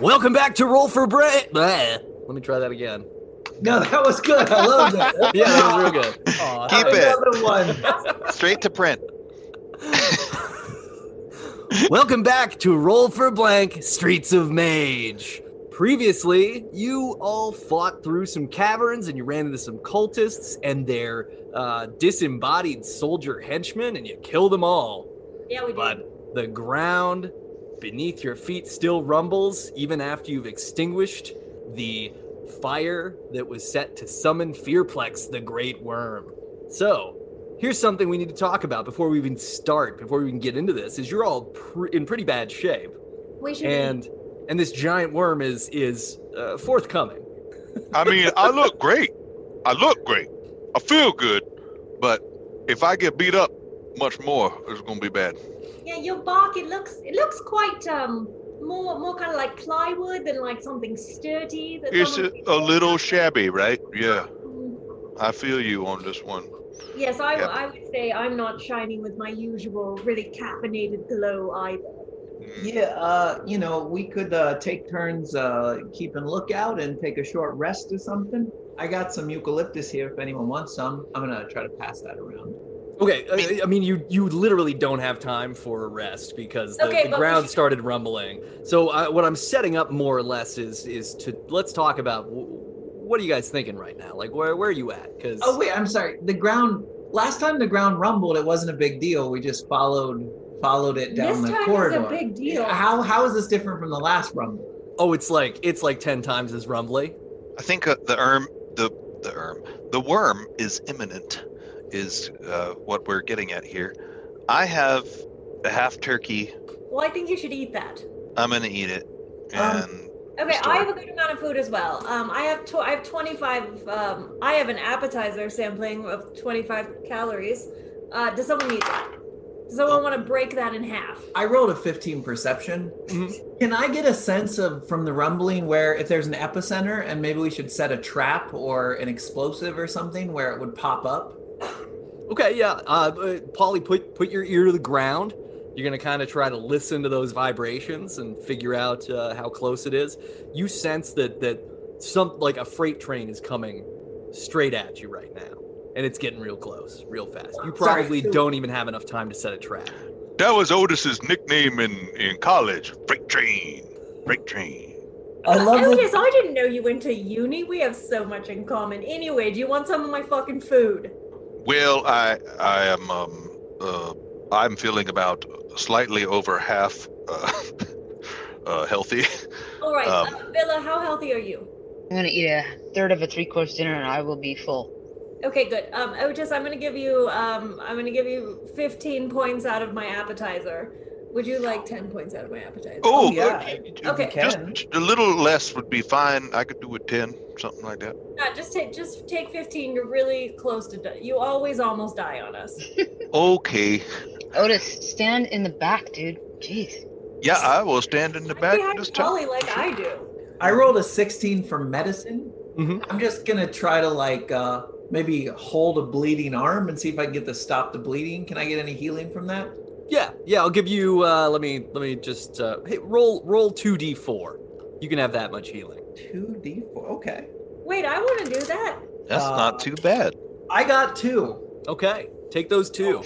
Welcome back to Roll for Bread. Bleh. Let me try that again. No, that was good. I love that. Yeah, that was real good. Aw, Keep it. Another one. Straight to print. Welcome back to Roll for Blank Streets of Mage. Previously, you all fought through some caverns and you ran into some cultists and their uh, disembodied soldier henchmen, and you killed them all. Yeah, we did. But the ground beneath your feet still rumbles, even after you've extinguished the fire that was set to summon Fearplex, the Great Worm. So, here's something we need to talk about before we even start, before we even get into this, is you're all pr- in pretty bad shape, we should. be. and and this giant worm is is uh, forthcoming. I mean, I look great. I look great. I feel good. But if I get beat up much more, it's going to be bad. Yeah, your bark. It looks. It looks quite um more more kind of like plywood than like something sturdy. That It's someone a, could a walk little on. shabby, right? Yeah, Mm, I feel you on this one. Yes, I, Yeah. I would say I'm not shining with my usual really caffeinated glow either. Mm. Yeah, uh, you know, we could uh, take turns uh, keeping lookout and take a short rest or something. I got some eucalyptus here if anyone wants some. I'm gonna try to pass that around. Okay, I, I mean, you you literally don't have time for a rest because the, Okay, the but we ground should- started rumbling. So I, what I'm setting up more or less is is to let's talk about wh- what are you guys thinking right now? Like where where are you at? Because Oh wait, I'm sorry. The ground last time the ground rumbled, it wasn't a big deal. We just followed followed it down this the time corridor. is a big deal. How how is this different from the last rumble? oh, it's like it's like ten times as rumbly. I think uh, the erm, the the erm, the worm is imminent, is uh, what we're getting at here. I have a half turkey. Well, I think you should eat that. I'm gonna eat it, Um, and Okay, Store. I have a good amount of food as well. Um, I have tw- I have 25. Um, I have an appetizer sampling of 25 calories. Uh, does someone need that? Does someone want to break that in half? I rolled a 15 perception. Mhm. Can I get a sense of from the rumbling where if there's an epicenter and maybe we should set a trap or an explosive or something where it would pop up? Okay, yeah. Uh, but Polly, put put your ear to the ground. You're gonna kind of try to listen to those vibrations and figure out uh, how close it is. You sense that that some like a freight train is coming straight at you right now, and it's getting real close, real fast. You Sorry, probably so- don't even have enough time to set a trap. That was Otis's nickname in, in college Freight Train. Freight Train. I love Oh, that yes, I didn't know you went to uni. We have so much in common. Anyway, do you want some of my fucking food? Well, I I am um uh I'm feeling about slightly over half uh, uh healthy. All right, Um, uh, Villa, how healthy are you? I'm gonna eat a third of a three course dinner and I will be full. Okay, good. Um, Otis, I'm gonna give you um, I'm gonna give you 15 points out of my appetizer. Would you like 10 points out of my appetizer? Oh, yeah. uh, Okay. Just Can. a little less would be fine. I could do a ten, something like that. Yeah, just take just take 15. You're really close to di- you always almost die on us. Okay. Otis, stand in the back, dude. Jeez. Yeah, I will stand in the back Behind this time. Polly like I do. I rolled a 16 for medicine. Mhm. I'm just gonna try to like uh, maybe hold a bleeding arm and see if I can get to stop the bleeding. Can I get any healing from that? Yeah, yeah. I'll give you. Uh, let me let me just uh, hey, roll roll two d four. You can have that much healing. Two D4. Okay. Wait, I want to do that. that's Uh, not too bad. I got two. Okay, take those Oh, two.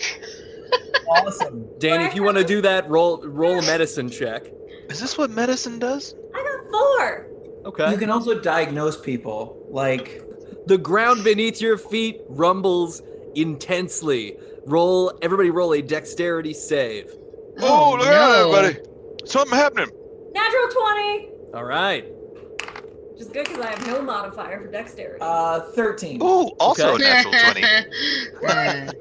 Awesome. Danny, if you want to do that, roll roll a medicine check. Is this what medicine does? I got four. Okay. You can also diagnose people. Like The ground beneath your feet rumbles intensely. Roll, everybody, roll a dexterity save. Oh, look at that, everybody! Something happening. Natural 20. All right. Just good because I have no modifier for dexterity. uh, 13. Oh, also Okay. a natural twenty. Uh,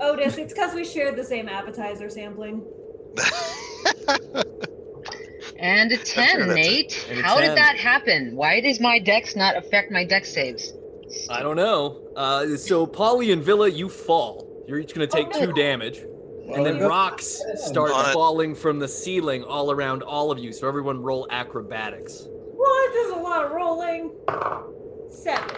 Otis, it's because we shared the same appetizer sampling. and a 10, that's it. Nate. And a How 10. did that happen? Why does my dex not affect my dex saves? I don't know. Uh, so, Polly and Villa, you fall. You're each going to take Oh, two no. damage. Well, And then go- rocks start On it. falling from the ceiling all around all of you. So, everyone roll acrobatics. What? There's a lot of rolling. Seven.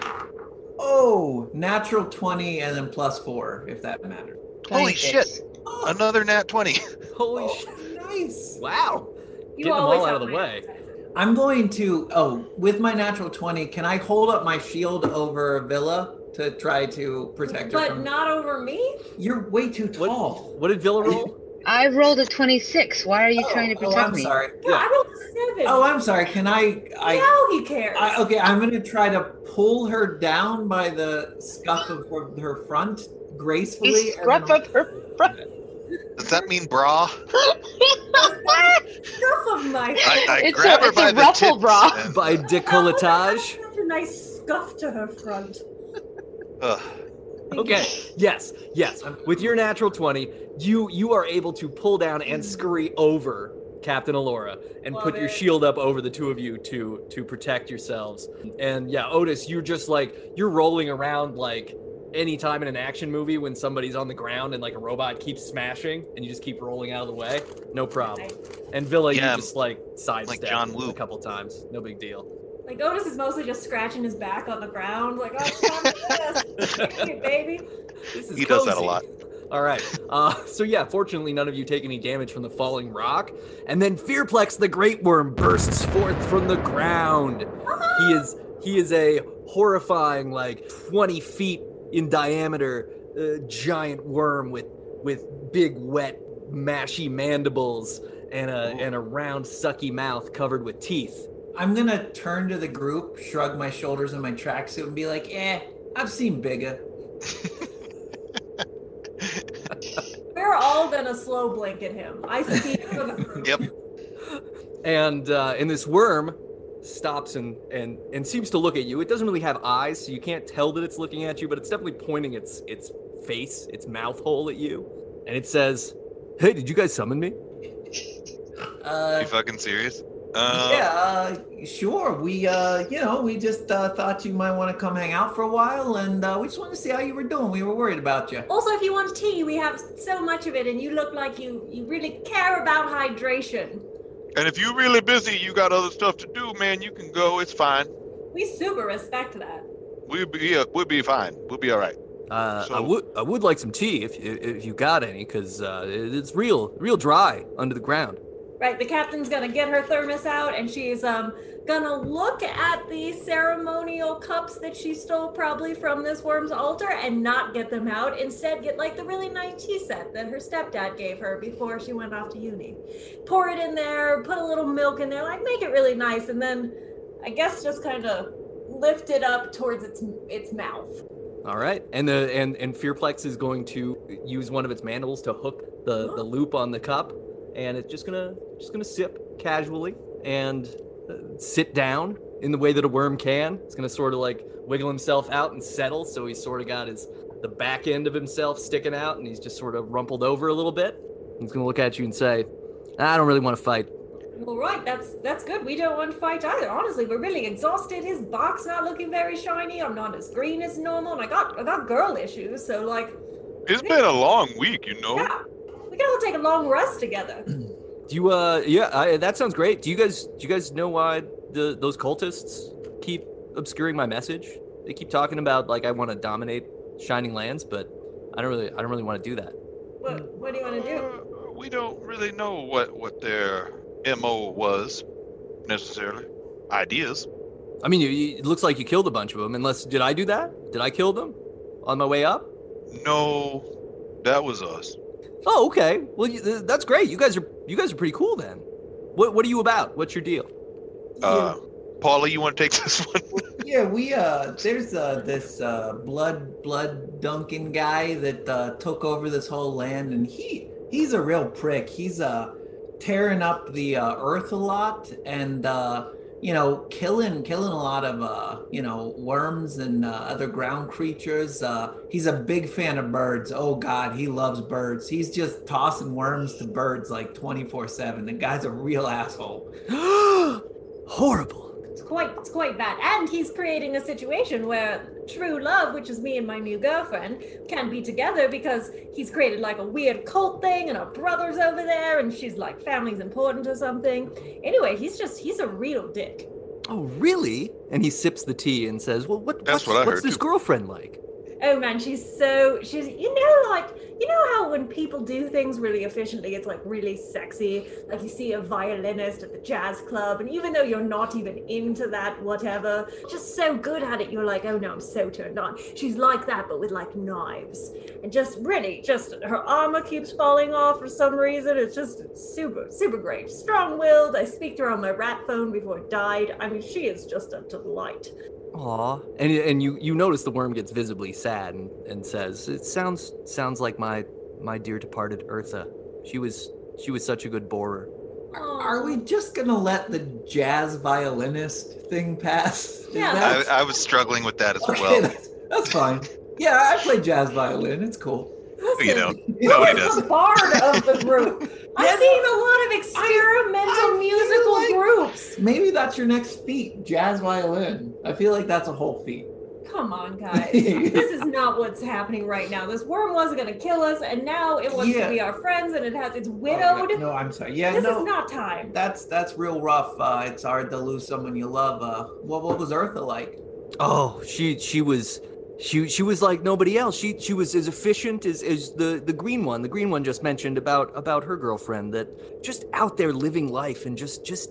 Oh, natural 20 and then plus four, if that matters. Holy 26. Another nat twenty. Holy Oh, shit. nice. Wow. You Get them all always out have of the my way. appetizer. I'm going to. Oh, with my natural twenty, can I hold up my shield over Villa to try to protect her? But from- not over me? You're way too What, tall. what did Villa roll? I rolled a 26. Why are you trying to oh, protect I'm me? sorry. No, Yeah. I rolled a seven. Oh, I'm sorry. Can I? I now he cares. I, okay, I'm gonna try to pull her down by the scuff of her, her front gracefully. He and- scruffed up her front. Does that mean bra? Enough of my. Uh, I, I It's grab a- her it's a by the ruffle tits bra. and- By decolletage? Such a nice scuff to her front. uh, Ugh. Okay. Yes. Yes. With your natural 20, you you are able to pull down and scurry over Captain Alora and Mm. Love put your it. shield up over the two of you to to protect yourselves. And yeah, Otis, you're just like you're rolling around like any time in an action movie when somebody's on the ground and like a robot keeps smashing and you just keep rolling out of the way. No problem. And Villa, Yeah, you just like sidestep John Woo. a couple times. No big deal. Like Otis is mostly just scratching his back on the ground, like, oh, stop this, Take it, baby. This is He does that a cozy. lot. All right. Uh, so yeah, fortunately, none of you take any damage from the falling rock. And then Fearplex, the Great Worm, bursts forth from the ground. He is he is a horrifying, like twenty feet in diameter, uh, giant worm with with big, wet, mashy mandibles and a Ooh. and a round, sucky mouth covered with teeth. I'm gonna turn to the group, shrug my shoulders in my tracksuit, and be like, "Eh, I've seen bigger." We're all gonna slow blink at him. I see it for the group. Yep. and uh, and this worm stops and and and seems to look at you. It doesn't really have eyes, so you can't tell that it's looking at you, but it's definitely pointing its its face, its mouth hole at you, and it says, "Hey, did you guys summon me?" Are Uh, you fucking serious? Uh, yeah, uh, sure. We, uh, you know, we just uh, thought you might want to come hang out for a while, and uh, we just wanted to see how you were doing. We were worried about you. Also, if you want tea, we have so much of it, and you look like you you really care about hydration. And if you really busy, you got other stuff to do, man. You can go. It's fine. We super respect that. We'll be yeah, we'll be fine. We'll be all right. Uh, I So- would I would like some tea if if if you got any, because uh, it- it's real real dry under the ground. Right, the captain's gonna get her thermos out and she's um gonna look at the ceremonial cups that she stole probably from this worm's altar and not get them out. Instead, get like the really nice tea set that her stepdad gave her before she went off to uni. Pour it in there, put a little milk in there, like make it really nice, and then I guess just kind of lift it up towards its its mouth. All right, and the and and Fearplex is going to use one of its mandibles to hook the the loop on the cup, and it's just gonna just gonna sip casually and uh, sit down in the way that a worm can. It's gonna sort of like wiggle himself out and settle, so he's sort of got his the back end of himself sticking out, and he's just sort of rumpled over a little bit. He's gonna look at you and say, "I don't really want to fight." Well, right, that's that's good. We don't want to fight either. Honestly, we're really exhausted. His bark's not looking very shiny. I'm not as green as normal, and I got I got girl issues. So like, It's been a long week, you know. yeah, we can all take a long rest together. Do you? Uh, yeah, I, that sounds great. Do you guys? Do you guys know why the those cultists keep obscuring my message? They keep talking about like I want to dominate Shining Lands, but I don't really, I don't really want to do that. What what do you want to do? Uh, we don't really know what what their mo was necessarily. Ideas. I mean, you, you, it looks like you killed a bunch of them. Unless, did I do that? Did I kill them on my way up? No, that was us. Oh, okay. Well, you, th- that's great. You guys are, you guys are pretty cool then. What, what are you about? What's your deal? Uh, Paula, you want to take this one? Yeah, we uh there's uh this uh blood blood Duncan guy that uh took over this whole land and he he's a real prick. He's uh tearing up the uh earth a lot and uh you know killing killing a lot of uh you know worms and uh, other ground creatures. Uh he's a big fan of birds. Oh god, he loves birds. He's just tossing worms to birds like 24/7. The guy's a real asshole. Horrible. It's quite it's quite bad. And he's creating a situation where true love, which is me and my new girlfriend, can be together because he's created like a weird cult thing and our brother's over there and she's like family's important or something. Anyway, he's just he's a real dick. Oh, really? And he sips the tea and says, "Well, what? what's, That's what I what's heard, this too. girlfriend like?" Oh man, she's so she's you know like you know how when people do things really efficiently, it's like really sexy. Like you see a violinist at the jazz club, and even though you're not even into that, whatever, just so good at it, you're like, oh no, I'm so turned on. She's like that, but with like knives, and just really, just her armor keeps falling off for some reason. It's just super, super great, strong-willed. I speak to her on my rat phone before it died. I mean, she is just a delight. Aw. And and you you notice the worm gets visibly sad and, and says, "It sounds sounds like my my dear departed Eartha. She was she was such a good borer." Are we just gonna let the jazz violinist thing pass? Is Yeah. that- I, I was struggling with that as okay, well. that's, that's fine. Yeah, I play jazz violin. It's cool. You don't. Who Nobody is does. the bard of the group? Yeah, I've seen a lot of experimental I feel musical like- groups. Maybe that's your next feat, jazz violin. I feel like that's a whole feat. Come on, guys. this is not what's happening right now. This worm wasn't going to kill us, and now it wants Yeah. to be our friends, and it has it's widowed. No, I'm sorry. Oh, Yeah, this no. is not time. That's that's real rough. Uh, it's hard to lose someone you love. Uh, what what was Eartha like? Oh, she she was she she was like nobody else. She she was as efficient as, as the, the green one. The green one just mentioned about about her girlfriend that just out there living life and just just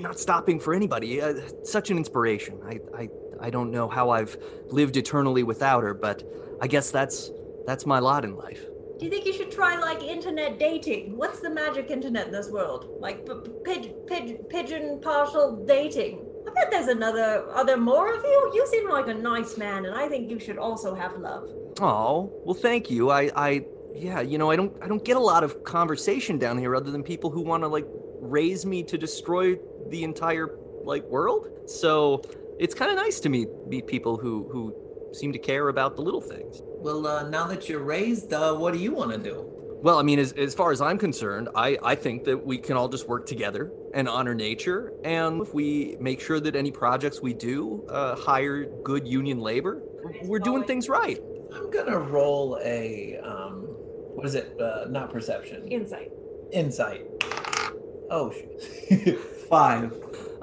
not stopping for anybody. Uh, such an inspiration. I, I I don't know how I've lived eternally without her, but I guess that's that's my lot in life. Do you think you should try like internet dating? What's the magic internet in this world? Like p- pig, pig, pigeon partial dating. I bet there's another. Are there more of you? You seem like a nice man, and I think you should also have love. Oh, well thank you. I I yeah, you know, I don't I don't get a lot of conversation down here other than people who want to like raise me to destroy the entire like world. So, it's kind of nice to meet meet people who who seem to care about the little things. Well, uh, now that you're raised, uh, what do you want to do? Well, I mean, as, as far as I'm concerned, I, I think that we can all just work together and honor nature. And if we make sure that any projects we do uh, hire good union labor, we're doing things right. I'm gonna roll a um, what is it? Uh, not perception, Insight. insight. Oh, sh- five.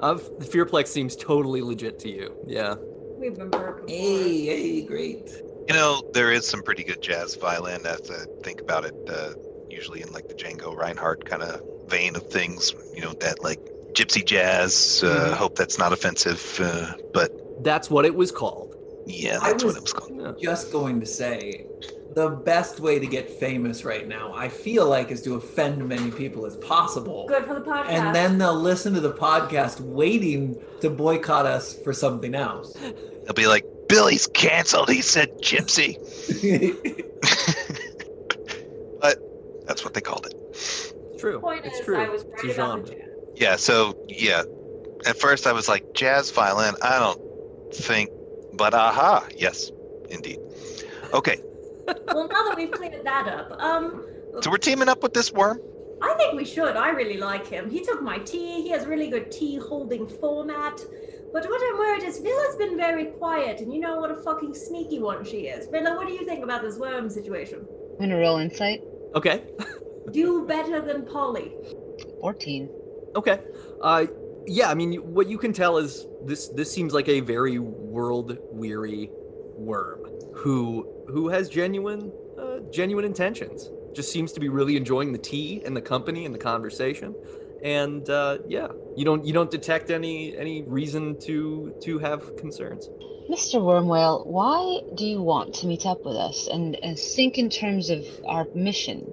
Uh, Fearplex seems totally legit to you. Yeah. We've been burned. before. Hey, hey, great. You know, there is some pretty good jazz violin as I think about it, uh, usually in like the Django Reinhardt kind of vein of things, you know, that like gypsy jazz. Mm-hmm. Uh, Hope that's not offensive, uh, but That's what it was called. yeah, I that's was- what it was called. Yeah. Just going to say, the best way to get famous right now, I feel like, is to offend many people as possible. Good for the podcast. And then they'll listen to the podcast, waiting to boycott us for something else. They'll be like, Billy's canceled. He said gypsy. but that's what they called it. It's true. point it's is, true. I was It's right a about the genre. jazz. Yeah, so yeah. At first I was like, jazz violin, I don't think but aha, yes, indeed. Okay. well, now that we've cleared that up, um, So we're teaming up with this worm. I think we should. I really like him. He took my tea. He has really good tea holding format. But what I'm worried is Villa's been very quiet, and you know what a fucking sneaky one she is. Villa, what do you think about this worm situation? I'm gonna roll insight. Okay. Do better than Polly. 14. Okay. Uh, yeah, I mean, you- what you can tell is this. This seems like a very world-weary worm who who has genuine uh, genuine intentions. Just seems to be really enjoying the tea and the company and the conversation. And uh, yeah, you don't you don't detect any any reason to to have concerns. Mr. Wormwell, why do you want to meet up with us? And, and think in terms of our mission.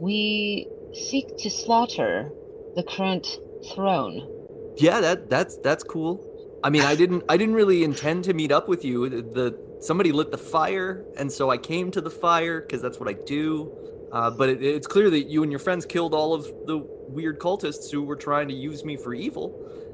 We seek to slaughter the current throne. Yeah, that that's that's cool. I mean, I didn't I didn't really intend to meet up with you. The, the somebody lit the fire, and so I came to the fire because that's what I do. Uh, but it, it's clear that you and your friends killed all of the weird cultists who were trying to use me for evil.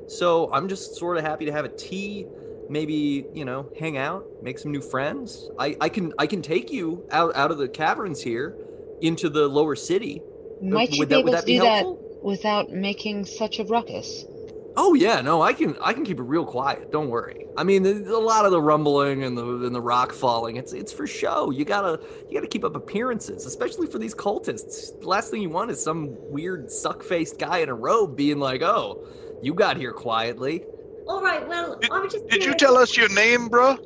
So I'm just sort of happy to have a tea, maybe you know, hang out, make some new friends. I, I can I can take you out out of the caverns here into the lower city. Might you would be that would able to that be do that helpful? without making such a ruckus? Oh yeah, no, I can I can keep it real quiet. Don't worry. I mean, th- a lot of the rumbling and the and the rock falling, it's it's for show. You gotta you gotta keep up appearances, especially for these cultists. The last thing you want is some weird suck faced guy in a robe being like, "Oh, you got here quietly." All right, well, Did- I'm just. Did you curious- tell us your name, bruh?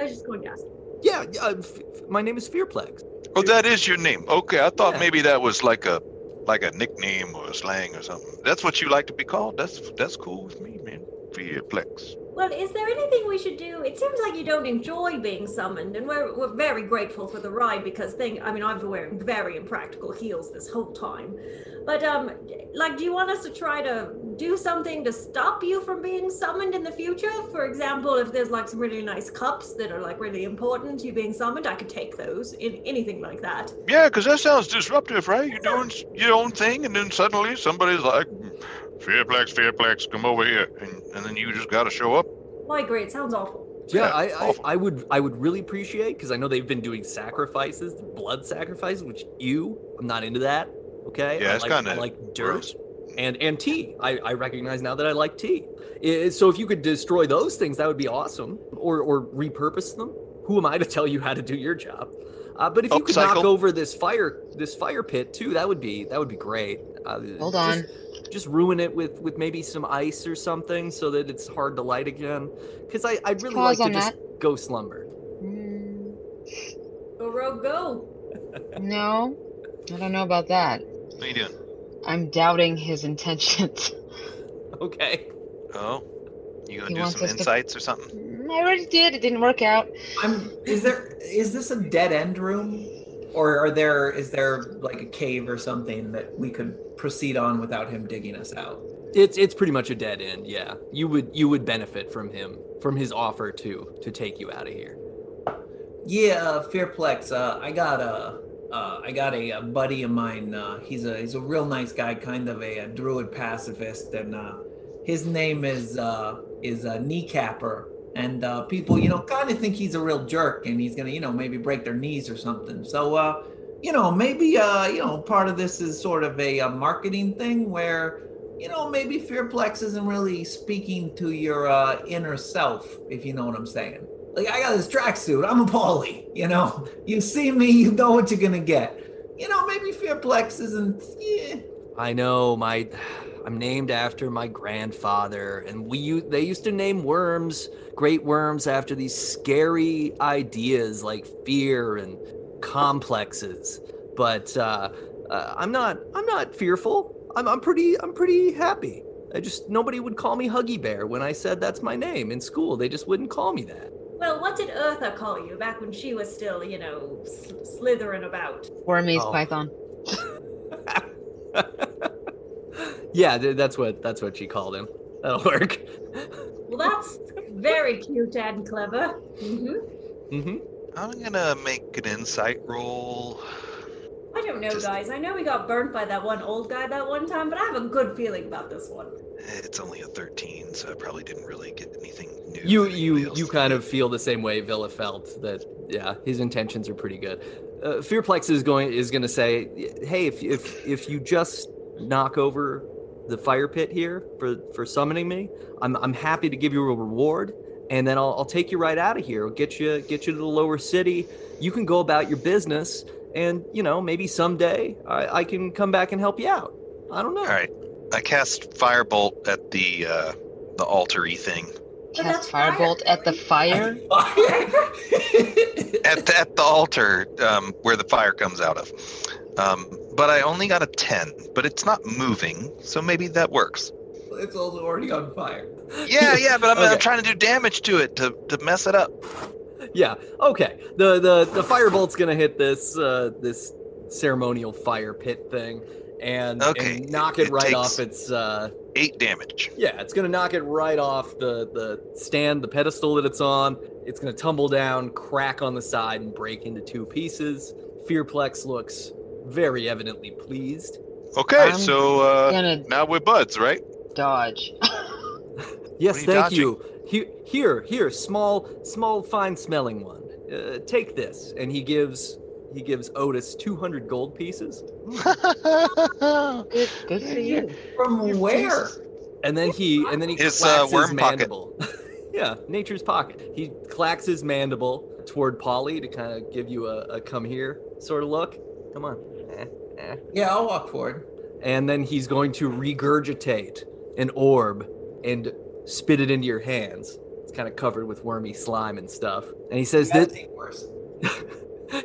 I was just going to ask. Yeah, yeah, uh, f- f- my name is Fearplex. Oh, that is your name. Okay, I thought Yeah. maybe that was like a like a nickname or a slang or something. That's what you like to be called. That's that's cool with me, man. Fearplex. Well, is there anything we should do? It seems like you don't enjoy being summoned, and we're, we're very grateful for the ride because thing. I mean, I've been wearing very impractical heels this whole time, but um, like, do you want us to try to do something to stop you from being summoned in the future? For example, if there's like some really nice cups that are like really important to you being summoned, I could take those. In anything like that. Yeah, 'cause that sounds disruptive, right? You're doing s- your own thing, and then suddenly somebody's like, "Fearplex, Fearplex, come over here," and, and then you just gotta show up. My great sounds awful. Yeah, Yeah, Oh. I, I, awful. I would I would really appreciate because I know they've been doing sacrifices, blood sacrifices, which you I'm not into that. Okay, Yeah, I it's like, I kinda like dirt gross. and and tea. I, I recognize now that I like tea. I- so if you could destroy those things, that would be awesome, or or repurpose them. Who am I to tell you how to do your job? Uh, but Oh, if you could knock Upcycle. over this fire this fire pit too, that would be that would be great. Uh, Hold just- on. just ruin it with with maybe some ice or something so that it's hard to light again because i i'd really like Pause to on just go slumber Mm, Go rogue, go. no, I don't know about that. What are you doing? I'm doubting his intentions. okay Oh, you gonna He do wants some us to- insights or something? Mm, I already did. It didn't work out. I'm. Is there? Is this a dead end room, or are there? Is there like a cave or something that we could proceed on without him digging us out? it's it's pretty much a dead end yeah you would you would benefit from him from his offer to to take you out of here Yeah, uh, Fearplex. Uh, I got a. Uh, I got a, uh buddy of mine. Uh, he's a he's a real nice guy, kind of a, a druid pacifist, and uh, his name is uh, is a kneecapper. And uh, people, you know, kind of think he's a real jerk, and he's gonna, you know, maybe break their knees or something. So, uh, you know, maybe uh, you know, part of this is sort of a, uh marketing thing where, you know, maybe Fearplex isn't really speaking to your uh, inner self, if you know what I'm saying. Like I got this tracksuit. I'm a Paulie. You know, you see me, you know what you're gonna get. You know, maybe Fearplex isn't. Yeah. i know my i'm named after my grandfather and we u- they used to name worms great worms after these scary ideas like fear and complexes but uh, uh, i'm not i'm not fearful I'm, I'm pretty i'm pretty happy i just nobody would call me huggy bear when i said that's my name in school they just wouldn't call me that Well, what did Eartha call you back when she was still, you know, sl- slithering about? Wormies Oh. python. yeah th- that's what that's what she called him that'll work Well, that's very cute and clever. hmm hmm I'm gonna make an insight roll. I don't know, Just- guys. I know we got burnt by that one old guy that one time, but I have a good feeling about this one. It's only a 13, so I probably didn't really get anything new. you that anybody you else you did. kind of feel the same way Villa felt that yeah his intentions are pretty good. Uh, Fearplex is going is going to say, hey, if if if you just knock over the fire pit here for for summoning me, I'm I'm happy to give you a reward, and then I'll I'll take you right out of here. get you get you to the lower city. You can go about your business, and you know maybe someday I, I can come back and help you out. I don't know. All right, I cast firebolt at the uh, the altary thing that's Cast fire, firebolt at the really? fire. at the, at the altar um, where the fire comes out of. Um, but I only got a 10, but it's not moving, so maybe that works. it's also already on fire. Yeah, yeah, but I'm, Okay. I'm trying to do damage to it to, to mess it up. Yeah. Okay. The the the firebolt's gonna hit this uh this ceremonial fire pit thing and, Okay, and knock it, it right takes- off its uh Eight damage. yeah, it's gonna knock it right off the the stand, the pedestal that it's on. It's gonna tumble down, crack on the side, and break into two pieces. Fearplex looks very evidently pleased. Okay, I'm so uh, Gonna now we're buds, right? dodge. Yes, What are you thank dodging? you. Here, here, here, small, small, fine-smelling one. Uh, take this, and he gives he gives Otis two hundred gold pieces. Ah, Good, good for you. From where? and then he and then he His, clacks uh, worm his pocket. mandible. yeah, nature's pocket. He clacks his mandible toward Polly to kind of give you a, a come here sort of look. Come on. Eh, eh. Yeah, I'll walk forward. And then he's going to regurgitate an orb and spit it into your hands. It's kind of covered with wormy slime and stuff. And he says gotta that think worse.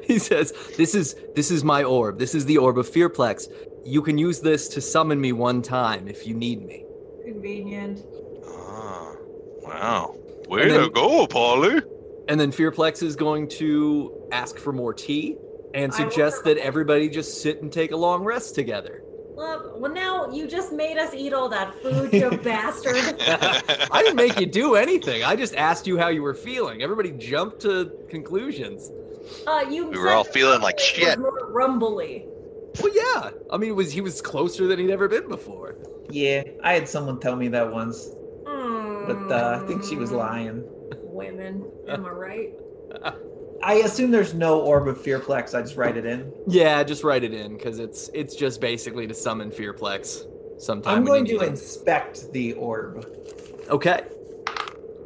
he says, "This is this is my orb. This is the orb of Fearplex. You can use this to summon me one time if you need me." Convenient. Ah, wow. Way And then- to go, Polly. And then Fearplex is going to ask for more tea and I will suggest provide- that everybody just sit and take a long rest together. Love. Well, now you just made us eat all that food, you bastard. I didn't make you do anything. I just asked you how you were feeling. Everybody jumped to conclusions. Uh, you. We said were all feeling like it was shit. More rumbly. Well, yeah. I mean, it was he was closer than he'd ever been before. Yeah, I had someone tell me that once, but uh, I think she was Mm. lying. Women, am I right? I assume there's no orb of fearplex. I just write it in. Yeah, just write it in because it's it's just basically to summon Fearplex. Sometime I'm when going you to need inspect the orb. it. Okay.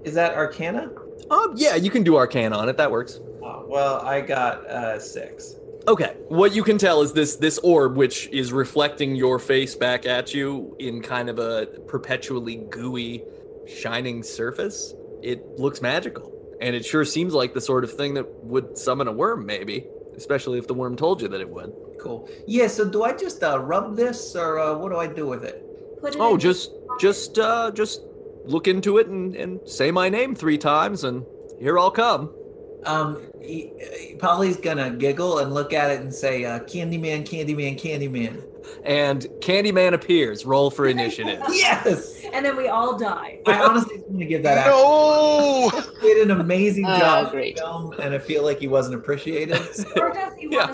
Is that Arcana? Um. Yeah, you can do Arcane on it. That works. Oh, well, I got uh, six. Okay. What you can tell is this this orb, which is reflecting your face back at you in kind of a perpetually gooey, shining surface. It looks magical, and it sure seems like the sort of thing that would summon a worm, maybe, especially if the worm told you that it would. Cool. Yeah. So do I just uh, rub this, or uh, what do I do with it? Put it Oh, in- just just uh, just look into it and and say my name three times, and here I'll come. Um, he, he- Polly's gonna giggle and look at it and say, uh, "Candyman, Candyman, Candyman." And Candyman appears. Roll for initiative. Yes. and then we all die. I honestly just want to give that actor No! did an amazing Uh, job in agreed. film, and I feel like he wasn't appreciated. Or does he Yeah. want to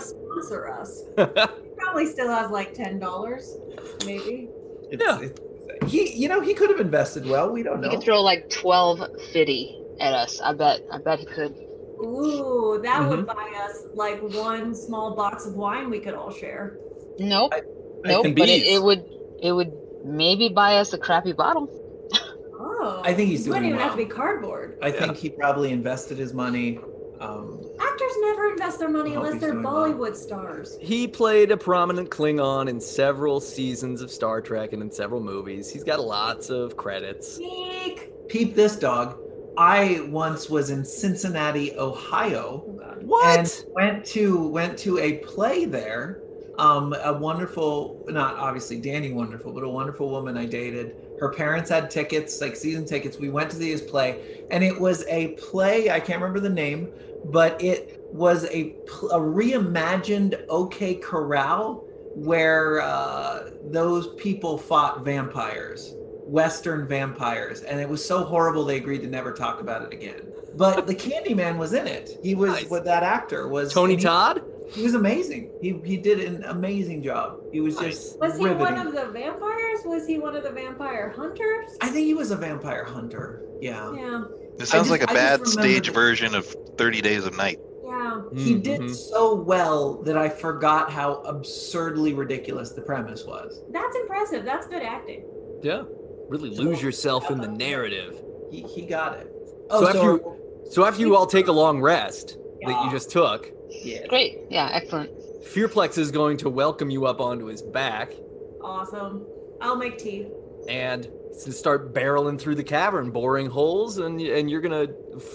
sponsor us? He probably still has like ten dollars, maybe. It's- Yeah. it's- he, you know, he could have invested well. We don't He know. could throw like 12 fitty at us. I bet. I bet he could. Ooh, that Mm-hmm. would buy us like one small box of wine we could all share. Nope. I- I nope. think But it, bees. it would. It would maybe buy us a crappy bottle. Oh, I think he's it wouldn't doing even have to well. be cardboard. I think he probably invested his money. Um, Actors never invest their money I hope unless he's they're doing well. Bollywood stars. He played a prominent Klingon in several seasons of Star Trek and in several movies. He's got lots of credits. Meek. peep this dog. I once was in Cincinnati, Ohio, Oh god. What? and went to went to a play there. Um, a wonderful, not obviously Danny wonderful, but a wonderful woman I dated. Her parents had tickets, like season tickets. We went to see his play, and it was a play. I can't remember the name, but it was a pl- a reimagined OK Corral where uh, those people fought vampires. Western vampires, and it was so horrible they agreed to never talk about it again. But the Candyman was in it. He was Nice. what that actor was. Tony and he- Todd? He, was amazing. He he did an amazing job. He was just Was he riveting. one of the vampires? Was he one of the vampire hunters? I think he was a vampire hunter. Yeah, Yeah. This sounds just- like I a just bad remembered stage it. version of 30 Days of Night. Yeah. he did Mhm. so well that I forgot how absurdly ridiculous the premise was. That's impressive. That's good acting. Yeah. Really lose yourself in the narrative. He he got it. Oh, So after So after you all take a long rest that you Yeah. just took, yeah. Great. Yeah. Excellent. Fearplex is going to welcome you up onto his back Awesome. I'll make tea. and s- start barreling through the cavern, boring holes, and and you're gonna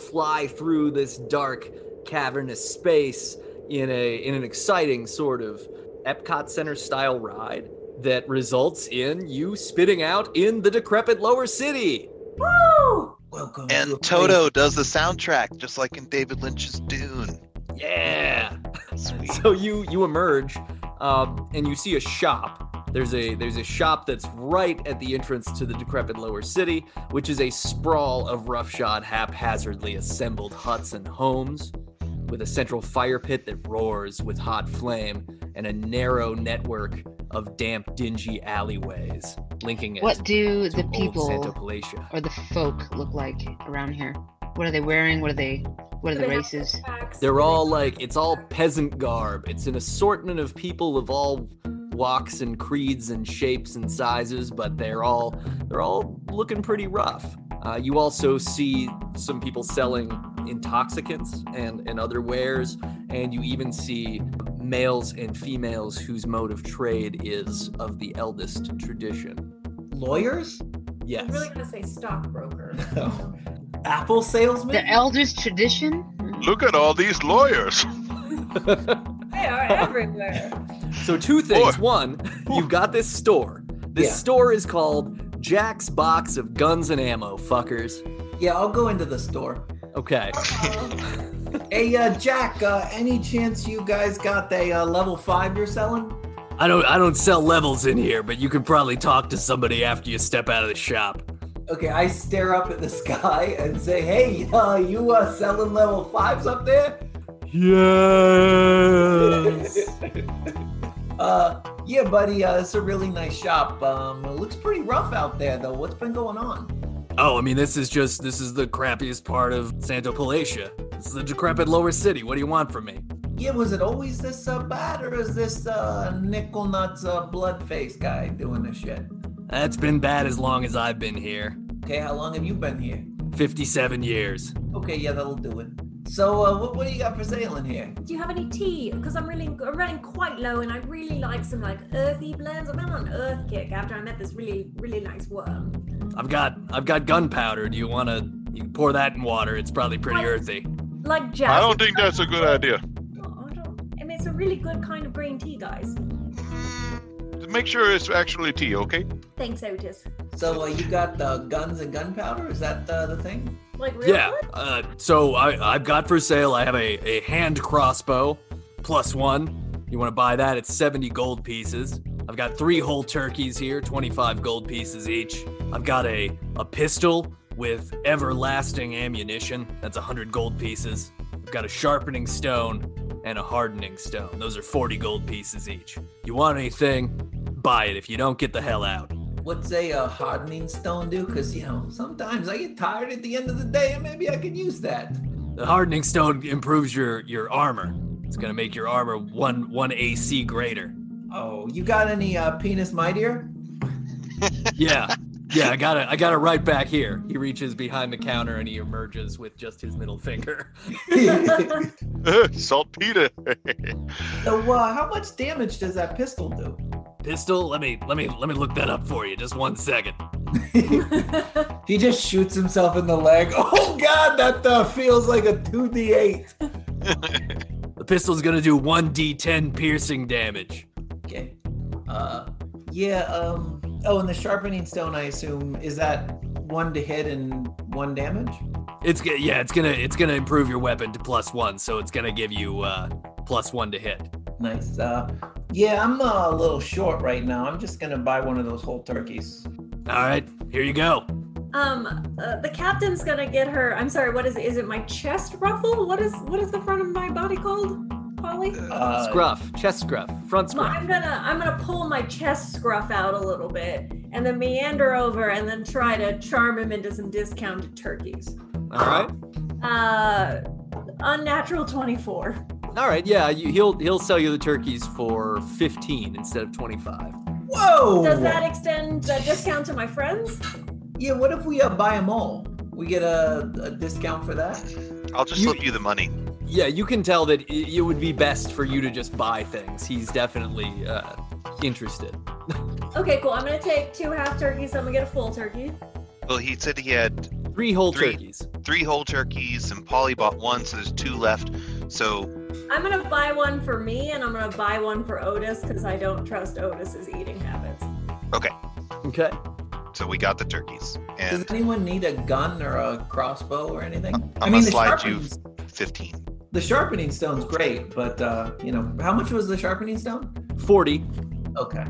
fly through this dark, cavernous space in a in an exciting sort of Epcot Center style ride that results in you spitting out in the decrepit lower city. Woo! Welcome to a And place- Toto does the soundtrack, just like in David Lynch's Dune. Yeah. Sweet. So you you emerge, um, and you see a shop. There's a there's a shop that's right at the entrance to the decrepit lower city, which is a sprawl of roughshod, haphazardly assembled huts and homes, with a central fire pit that roars with hot flame and a narrow network of damp, dingy alleyways linking it What do to the old Santa people Palacia. or the folk look like around here? What are they wearing? What are they? What are the They have races? backpacks. They're all like it's all peasant garb. It's an assortment of people of all walks and creeds and shapes and sizes, but they're all they're all looking pretty rough. Uh, you also see some people selling intoxicants and and other wares, and you even see males and females whose mode of trade is of the eldest tradition. lawyers. I'm Yes. really gonna say stockbroker. No. Apple salesman? The elders' tradition? Hmm. Look at all these lawyers. They are everywhere. So two things. Boy. One, you've got this store. This Yeah. store is called Jack's Box of Guns and Ammo, fuckers. yeah, I'll go into the store. Okay. Oh, Hey, uh, Jack, uh, any chance you guys got the uh, level five you're selling? I don't I don't sell levels in here, but you could probably talk to somebody after you step out of the shop. Okay, I stare up at the sky and say, "Hey, uh, you uh, selling level fives up there?" Yes. Uh, yeah, buddy. Uh, it's a really nice shop. Um, it looks pretty rough out there, though. What's been going on? oh, I mean this is just this is the crappiest part of Santa Palatia. This is the decrepit lower city. What do you want from me? Yeah, was it always this uh, bad, or is this uh, nickel nuts uh, blood face guy doing this shit? That's been bad as long as I've been here. Okay, how long have you been here? 57 years. Okay, yeah, that'll do it. So, uh, what, what do you got for sale in here? Do you have any tea? Because I'm really I'm running quite low, and I really like some like earthy blends. I've been on an earth kick after I met this really really nice worm. I've got I've got gunpowder. Do you want to you can pour that in water? It's probably pretty I- earthy. Like jazz. I don't think that's a good idea. No, I don't. I mean, it's a really good kind of green tea, guys. Mm. Make sure it's actually tea, okay? Thanks, Otis. So, uh, you got uh, guns and gunpowder? Is that uh, the thing? Like real Yeah. good? Uh, so I, I've got for sale. I have a, a hand crossbow, plus one. You want to buy that? It's seventy gold pieces. I've got three whole turkeys here, twenty-five gold pieces each. I've got a a pistol with everlasting ammunition. That's hundred gold pieces. I've got a sharpening stone and a hardening stone. Those are forty gold pieces each. You want anything? Buy it. If you don't, get the hell out. What's a uh, hardening stone do? Because, you know, sometimes I get tired at the end of the day and maybe I could use that. The hardening stone improves your your armor. It's gonna make your armor one one AC greater. Oh, you got any uh, penis, my dear? Yeah, yeah. I got it. I got it right back here. He reaches behind the counter and he emerges with just his middle finger. so, Saltpeter. uh, how much damage does that pistol do? Pistol. Let me let me let me look that up for you. Just one second. He just shoots himself in the leg. Oh, God, that uh, feels like a 2d8. The pistol's gonna do one D10 piercing damage. Okay. Uh, yeah, um, oh, and the sharpening stone, I assume, is that one to hit and one damage? It's go- yeah. It's gonna it's gonna improve your weapon to plus one. So it's gonna give you uh, plus one to hit. Nice. Uh, yeah, I'm uh, a little short right now. I'm just gonna buy one of those whole turkeys. All right. Here you go. Um, uh, the captain's gonna get her. I'm sorry. What is it? Is it my chest ruffle? What is what is the front of my body called? Polly. Uh, Scruff. Chest scruff. Front Well, scruff. I'm gonna I'm gonna pull my chest scruff out a little bit and then meander over and then try to charm him into some discounted turkeys. All right. Uh, unnatural 24. All right, yeah, you, he'll he'll sell you the turkeys for fifteen instead of twenty-five. Whoa! Does that extend the discount to my friends? yeah. What if we uh, buy them all? We get a, a discount for that. I'll just You- slip you the money. Yeah, you can tell that i- it would be best for you to just buy things. He's definitely uh, interested. Okay, cool. I'm gonna take two half turkeys. I'm gonna get a full turkey. Well, he said he had Three whole Three. turkeys. three whole turkeys, and Polly bought one, so there's two left. So I'm gonna buy one for me and I'm gonna buy one for Otis because I don't trust Otis's eating habits. Okay. So we got the turkeys Does and anyone need a gun or a crossbow or anything? I'm gonna the slide you- sharpening, 15. the sharpening stone's great, but uh, you know, how much was the sharpening stone? Forty. Okay.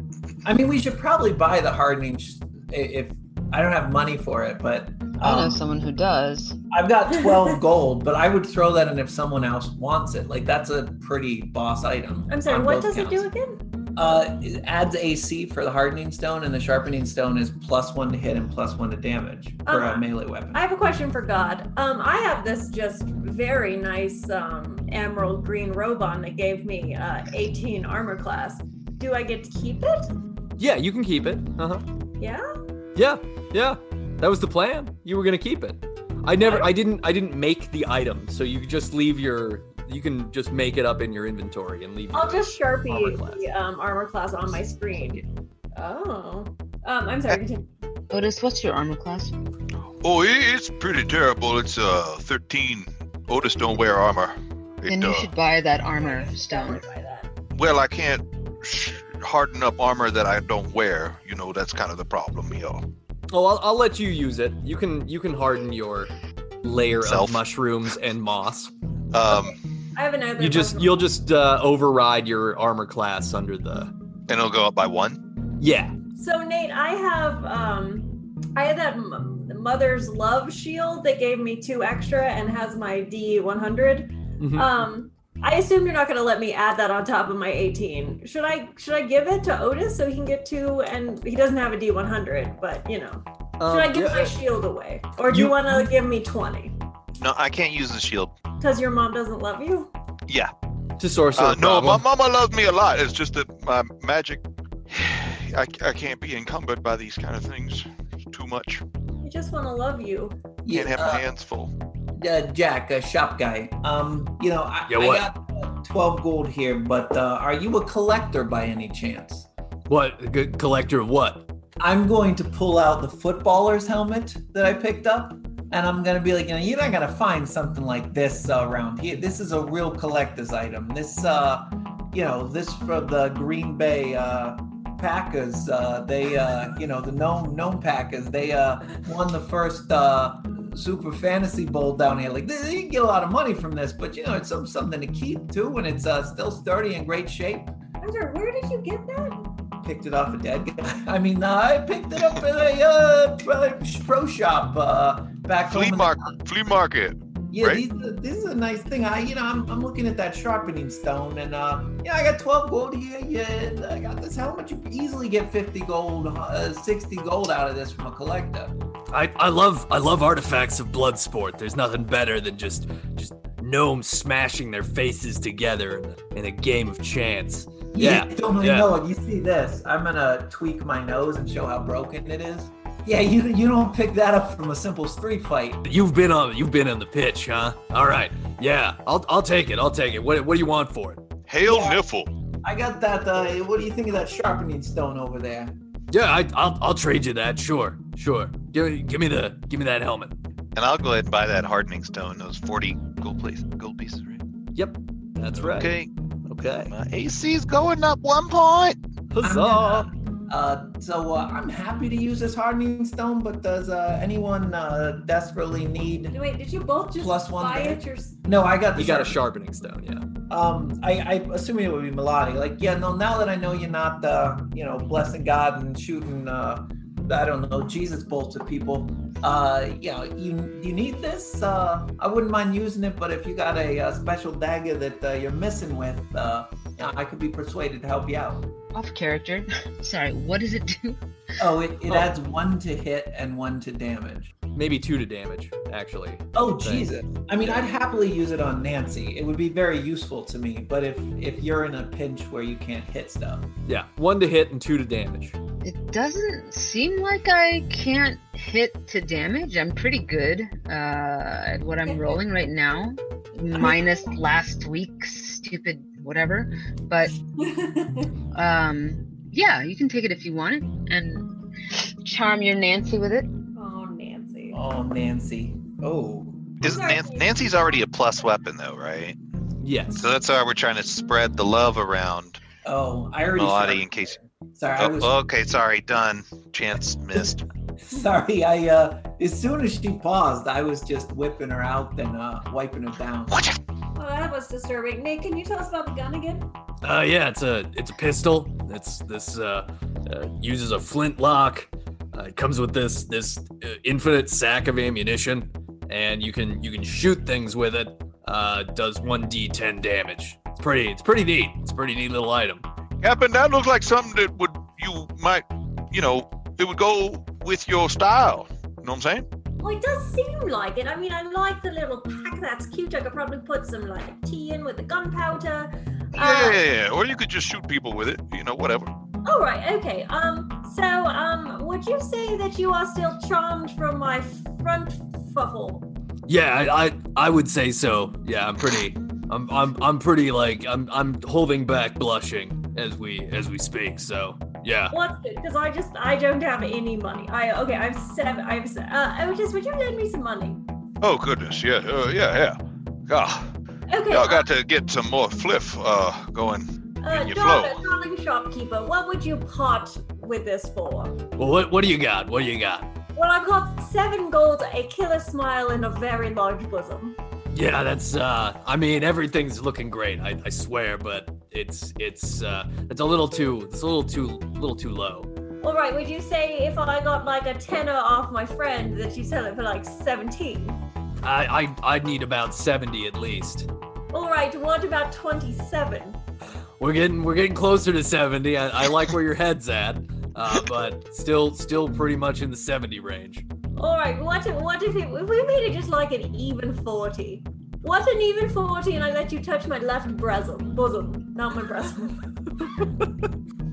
I mean, we should probably buy the hardening sh- i- if I don't have money for it, but I know um, someone who does. I've got 12 gold, but I would throw that in if someone else wants it. Like, that's a pretty boss item. I'm sorry, on what both does it do counts. again? Uh, it adds AC for the hardening stone, and the sharpening stone is plus one to hit and plus one to damage for Uh-huh. a melee weapon. I have a question for God. Um, I have this just very nice um, emerald green robe on that gave me uh, 18 armor class. Do I get to keep it? Yeah, you can keep it. Uh huh. Yeah. Yeah, yeah. That was the plan. You were gonna keep it. I never. I didn't. I didn't make the item, so you could just leave your. You can just make it up in your inventory and leave. your- I'll just sharpie Armor class. the um, armor class on my screen. Oh. Um, I'm sorry. continue. Otis, what's your armor class? Oh, it, it's pretty terrible. It's uh 13. Otis don't wear armor. It, Then you uh, should buy that armor stone. By that. Well, I can't sh- harden up armor that I don't wear. You know, that's kind of the problem here. Oh, I'll, I'll let you use it. You can you can harden your layer Self. of mushrooms and moss. Um, I have an either. You just one. you'll just uh, override your armor class under the And it'll go up by one. yeah. So Nate, I have um, I had that m- mother's love shield that gave me two extra and has my D one hundred. Mhm. Um, I assume you're not going to let me add that on top of my eighteen. Should I should I give it to Otis so he can get two and he doesn't have a D one hundred? But you know, Um, should I give yeah, my shield away or do you, You- want to give me twenty No, I can't use the shield. because your mom doesn't love you? to sorcerer? uh, no, my problem. mama loves me a lot. It's just that my magic, I, I can't be encumbered by these kind of things. It's too much. I just want to love you. Can't have uh, my hands full. uh, Jack, a shop guy. Um, you know, I, Yeah, I what? got uh, twelve gold here, but uh, are you a collector by any chance? What good collector of what? I'm going to pull out the footballer's helmet that I picked up, and I'm gonna be like, you know, you're not gonna find something like this uh, around here. This is a real collector's item. This, uh, you know, this from the Green Bay uh, Packers. Uh, they, uh, you know, the known known Packers. They uh, won the first uh, Super Fantasy Bowl down here. Like, they, they get a lot of money from this, but you know, it's some, something to keep too, and it's uh, still sturdy and great shape Hunter, where did you get that? picked it off a dead guy. I mean, uh, I picked it up at a uh, pro- pro shop uh, back home. Flea in the- market. Flea market. yeah, right? these, are- this is a nice thing. I, you know, I'm, I'm looking at that sharpening stone, and uh, yeah, I got 12 gold here. Yeah, and I got this. How much you easily get 50 gold, uh, 60 gold out of this from a collector? I, I love I love artifacts of blood sport. There's nothing better than just just gnomes smashing their faces together in a, in a game of chance. Yeah, you don't really yeah. know it. You see this? I'm gonna tweak my nose and show how broken it is. Yeah, you you don't pick that up from a simple street fight. You've been on you've been on the pitch, huh? All right. Yeah, I'll I'll take it. I'll take it. What what do you want for it? Hail Yeah. Niffle. I got that. Uh, what do you think of that sharpening stone over there? Yeah, I, I'll I'll trade you that. Sure, sure. Give me give me the give me that helmet. And I'll go ahead and buy that hardening stone. Those 40 gold, place, gold pieces, right? That's right. Okay. Okay. My AC's going up one point. Huzzah! Uh, so uh, I'm happy to use this hardening stone, but does uh, anyone uh, desperately need? Wait, did you both just Plus one buy there. it? Your... No, I got the. You got a sharp- sharpening stone, yeah. Um, I, I assuming it would be melodic. Like, yeah, no. Now that I know you're not, uh, you know, blessing God and shooting, uh, I don't know, Jesus bolts at people. Uh, you know, you you need this. Uh, I wouldn't mind using it, but if you got a, uh special dagger that uh, you're missing with, uh, you know, I could be persuaded to help you out. Off character. Sorry, what does it do? Oh, it, it Oh. adds one to hit and one to damage. Maybe two to damage, actually. Oh Thanks. Jesus! I mean, I'd happily use it on Nancy. It would be very useful to me. But if if you're in a pinch where you can't hit stuff, Yeah, one to hit and two to damage. It doesn't seem like I can't hit to damage. I'm pretty good uh, at what I'm rolling right now, minus last week's stupid whatever. But um, yeah, you can take it if you want it and charm your Nancy with it. oh, Nancy. oh Nancy, oh Isn't Sorry. Nan- Nancy's already a plus weapon, though, right? Yes. So that's why we're trying to spread the love around oh, I already. Melody in case. Sorry, I was Oh, okay, sorry, done. Chance missed. sorry. I uh, as soon as she paused, I was just whipping her out and uh, wiping her down. Oh, that was disturbing. Nate, can you tell us about the gun again? Uh, yeah, it's a it's a pistol. It's this uh, uh uses a flintlock. Uh, it comes with this this uh, infinite sack of ammunition, and you can you can shoot things with it. Uh, does one d10 damage. It's pretty it's pretty neat. It's a pretty neat little item. Captain, that looks like something that would you might, you know, it would go with your style. You know what I'm saying? Well, it does seem like it. I mean, I like the little pack. That's cute. I could probably put some like tea in with the gunpowder. Uh, Yeah, yeah, yeah. Or you could just shoot people with it. You know, whatever. All right. Okay. Um. So, um, would you say that you are still charmed from my front fuffle? Yeah, I, I I would say so. Yeah, I'm pretty I'm I'm I'm pretty like I'm I'm holding back blushing as we as we speak. So Yeah. What's it? Because I just I don't have any money. I okay. I've seven. I've se- uh. I was just. Would you lend me some money? Oh goodness, yeah, uh, yeah, yeah. God, Okay. y'all got to get some more fliff uh, going. uh, your darling, flow. darling shopkeeper, what would you part with this for? Well, what what do you got? What do you got? Well, I've got seven gold, a killer smile, and a very large bosom. Yeah, that's. uh I mean, everything's looking great. I, I swear, but it's it's uh it's a little too it's a little too little too low. All right. Would you say if I got like a tenner off my friend that you sell it for like seventeen? I I I need about seventy at least. All right. What about twenty-seven? We're getting we're getting closer to seventy. I, I like where your head's at, uh, but still still pretty much in the seventy range. All right. What if what if, it, if we made it just like an even forty? What an even forty, and I let you touch my left bosom, bosom, not my bosom.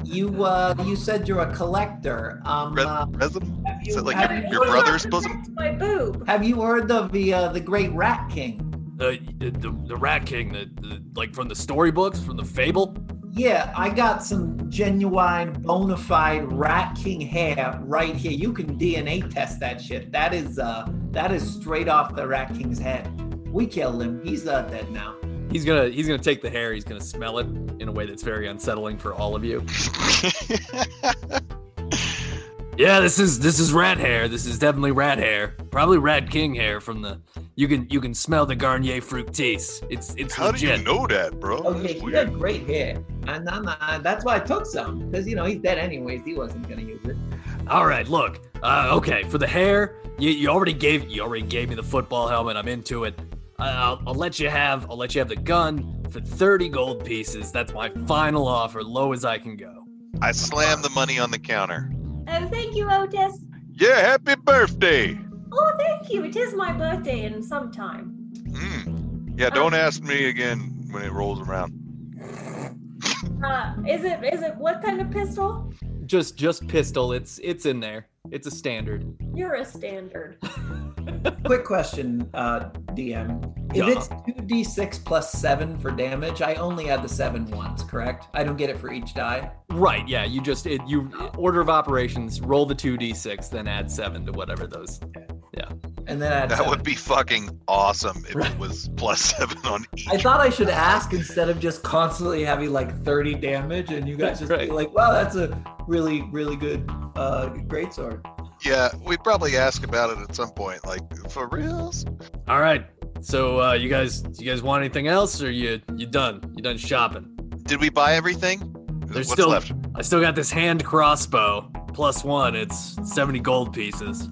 You uh, you said you're a collector. Um, Re- uh, Resin? have you, Is it like have your- you your heard- brother's bosom? my boob. Have you heard of the uh, the Great Rat King? Uh, the, the the Rat King, the, the like from the storybooks, from the fable. Yeah, I got some genuine bona fide Rat King hair right here. You can DNA test that shit. That is uh, that is straight off the Rat King's head. We killed him. He's uh, dead now. He's gonna he's gonna take the hair. He's gonna smell it in a way that's very unsettling for all of you. Yeah, this is this is rat hair. This is definitely rat hair. Probably rat king hair from the. You can you can smell the Garnier Fructis. It's it's How do legit. you know that, bro? Oh yeah, That's he weird. had great hair. And I'm, uh, that's why I took some, because you know he's dead anyways. He wasn't gonna use it. All right, look. Uh, okay, for the hair, you, you already gave you already gave me the football helmet. I'm into it. I- I'll, I'll let you have I'll let you have the gun for 30 gold pieces. That's my final offer, low as I can go. I slam Slam the money on the counter. Oh, thank you, Otis. Yeah, happy birthday. Oh, thank you. It is my birthday in some time. Mm. Yeah, don't ask me again when it rolls around. Uh, is it is it what kind of pistol? Just just pistol. It's it's in there. It's a standard. You're a standard. Quick question, uh, DM. If Yeah. it's 2d6 plus 7 for damage, I only had the 7 once, correct? I don't get it for each die. Right. Yeah. You just it, you order of operations. Roll the 2d6, then add seven to whatever those. And then I had That seven. would be fucking awesome if it was plus seven on each. I thought I should ask instead of just constantly having like 30 damage and you guys just Right. be like, wow, that's a really, really good uh, great sword. Yeah, we probably ask about it at some point. Like for reals? All right. So uh, you guys, you guys want anything else, or you you done? You done shopping? Did we buy everything? There's What's still- left? I still got this hand crossbow plus one. It's 70 gold pieces.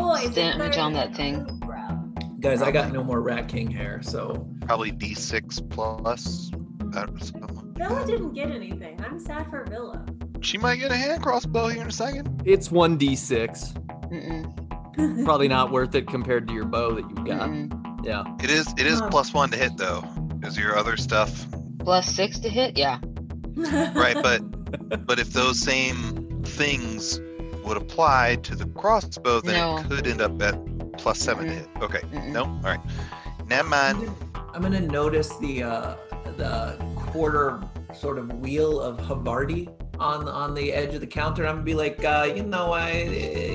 Oh, is it Damage on better that than thing. Cobra? Guys, I got no more Rat King hair, so Probably D6 plus. uh, something. Villa didn't get anything. I'm sad for Villa. She might get a hand crossbow here in a second. It's 1d6. Mm-mm, Probably not worth it compared to your bow that you've got. mm-mm. Yeah. It is. It is Huh. plus one to hit though. Is your other stuff Plus six to hit? Yeah. right? But but if those same things would apply to the crossbow, then No. it could end up at plus seven to Mm-mm. hit. Okay. Mm-mm. No. All right. Never I'm mind. gonna- I'm gonna notice the uh, the quarter sort of wheel of Havarti on on the edge of the counter. I'm gonna be like, uh, you know, I,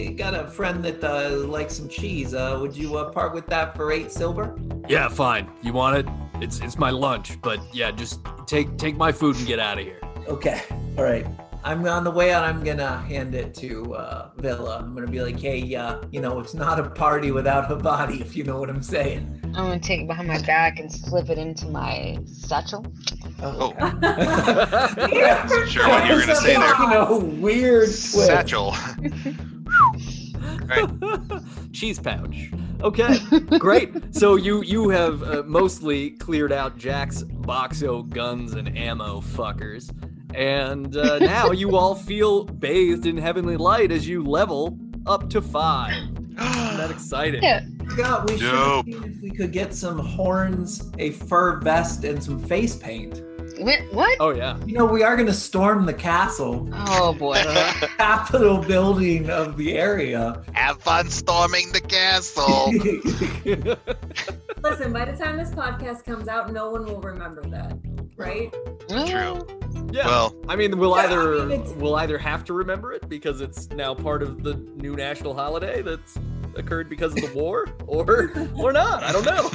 I got a friend that uh, likes some cheese. Uh, would you uh, part with that for eight silver? Yeah. Fine. You want it? It's it's my lunch. But yeah, just take take my food and get out of here. Okay, all right. I'm on the way out. I'm gonna hand it to uh, Villa. I'm gonna be like, hey, uh, you know, it's not a party without Havarti, if you know what I'm saying. I'm gonna take it behind my back and slip it into my satchel. Oh, Yeah. sure what you were gonna say there. You know, weird twist. Satchel. Cheese pouch. Okay. Great. So you you have uh, mostly cleared out Jack's boxo guns and ammo fuckers, and uh, now you all feel bathed in heavenly light as you level up to five. Isn't that exciting? Yeah. God, we Dope. should see if we could get some horns, a fur vest, and some face paint. Wait, what? Oh yeah. You know, we are going to storm the castle, Oh boy. the capital building of the area. Have fun storming the castle. Listen, by the time this podcast comes out, no one will remember that. right? True. Yeah. Well, I mean, we'll Yeah, I either mean, it's- we'll either have to remember it because it's now part of the new national holiday that's occurred because of the war, or or not. I don't know.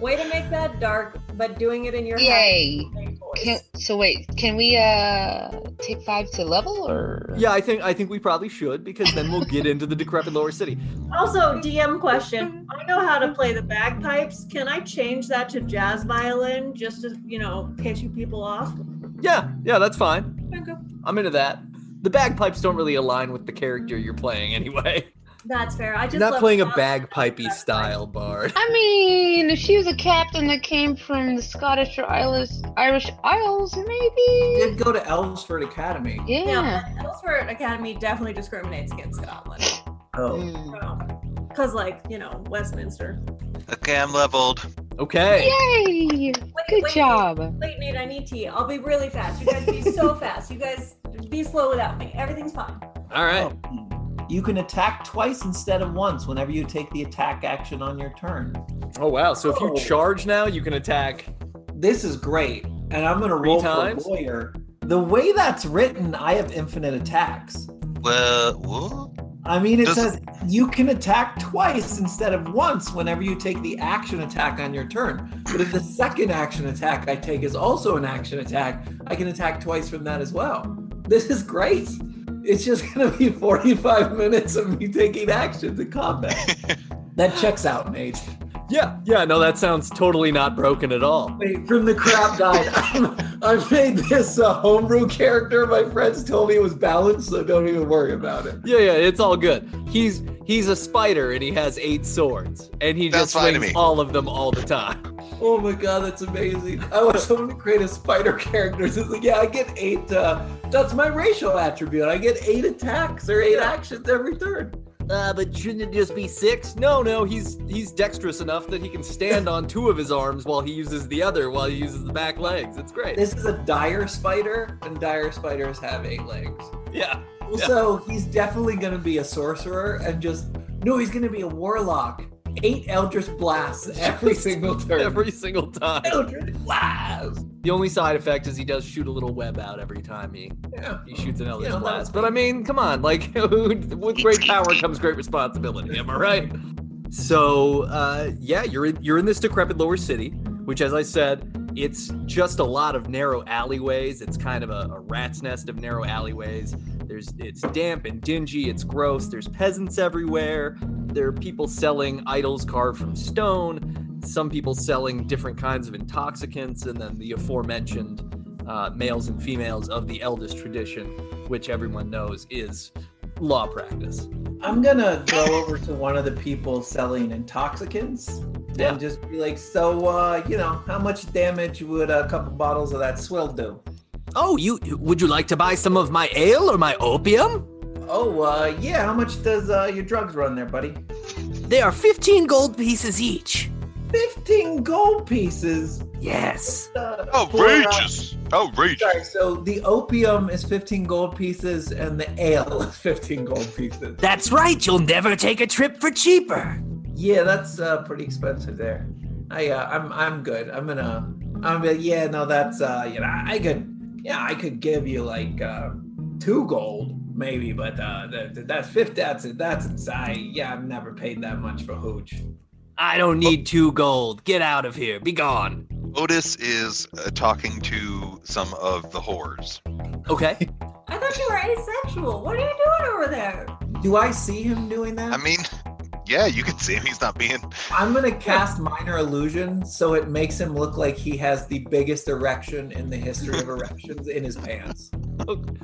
Way to make that dark, but doing it in your Yay. happy voice. Can, so wait, can we uh take five to level or? Yeah, I think I think we probably should because then we'll get into the decrepit lower city. Also, DM question. I know how to play the bagpipes. Can I change that to jazz violin just to, you know, piss you people off? Yeah, yeah, that's fine. Bingo. I'm into that. The bagpipes don't really align with the character you're playing anyway. That's fair. I just Not love playing a how- bagpipey style bard. I mean, if she was a captain that came from the Scottish or Irish, Irish Isles, maybe. Did go to Elmsford Academy. Yeah. Yeah, but Ellsford Academy definitely discriminates against Scotland. Oh, Mm. Because, like, you know, Westminster. okay, I'm leveled. Okay. Yay! Wait, Good wait, job. Wait, Nate, I need tea. I'll be really fast. You guys be so fast. You guys be slow without me. Everything's fine. All right. Oh. You can attack twice instead of once whenever you take the attack action on your turn. Oh wow. So if you Oh. charge now, you can attack. This is great, and I'm gonna Three roll times? for lawyer. The way that's written, I have infinite attacks. Well, whoa. I mean, it Does- says you can attack twice instead of once whenever you take the action attack on your turn. But if the second action attack I take is also an action attack, I can attack twice from that as well. This is great. It's just going to be 45 minutes of me taking actions in combat. that checks out, Nate. Yeah, yeah. No, that sounds totally not broken at all. Wait, from the crap guide, I'm- I made this a homebrew character. My friends told me it was balanced, so don't even worry about it. Yeah, yeah. It's all good. He's he's a spider and he has eight swords and he That's just fine to swings me. all of them all the time. Oh my god, that's amazing. I want someone to create a spider character. It's like, yeah, I get eight. Uh, that's my racial attribute. I get eight attacks or eight actions every turn. Uh, but shouldn't it just be six? No, no. He's he's dexterous enough that he can stand on two of his arms while he uses the other while he uses the back legs. It's great. This is a dire spider, and dire spiders have eight legs. Yeah. Also, he's definitely going to be a sorcerer and just, no, he's going to be a warlock. Eight Eldritch Blasts every single turn. Every single time. Eldritch Blast! The only side effect is he does shoot a little web out every time he Yeah. he shoots an Eldritch Yeah, that Blast. was- But I mean, come on, like with great power comes great responsibility. Am I right? So uh, yeah, you're in, you're in this decrepit lower city, which, as I said, it's just a lot of narrow alleyways. It's kind of a, a rat's nest of narrow alleyways. There's it's damp and dingy. It's gross. There's peasants everywhere. There are people selling idols carved from stone. Some people selling different kinds of intoxicants, and then the aforementioned uh, males and females of the eldest tradition, which everyone knows is law practice. I'm gonna go over to one of the people selling intoxicants Yeah. and just be like, "So, uh, you know, how much damage would a couple bottles of that swill do?" Oh, you would you like to buy some of my ale or my opium? Oh, uh, yeah. How much does uh, your drugs run there, buddy? They are 15 gold pieces each. Fifteen gold pieces. Yes. Uh, for, uh, Outrageous! Outrageous! Sorry, so the opium is 15 gold pieces and the ale is 15 gold pieces. That's right. You'll never take a trip for cheaper. Yeah, that's uh, pretty expensive there. I uh, I'm I'm good. I'm gonna I'm gonna, yeah no that's uh you know I could yeah I could give you like uh, two gold maybe but uh that, that- that's fifth that's it that's inside yeah I've never paid that much for hooch. I don't need two gold. Get out of here. Be gone. Otis is uh, talking to some of the whores. Okay. I thought you were asexual. What are you doing over there? Do I see him doing that? I mean, yeah, you can see him. He's not being. I'm gonna cast minor illusion so it makes him look like he has the biggest erection in the history of erections in his pants.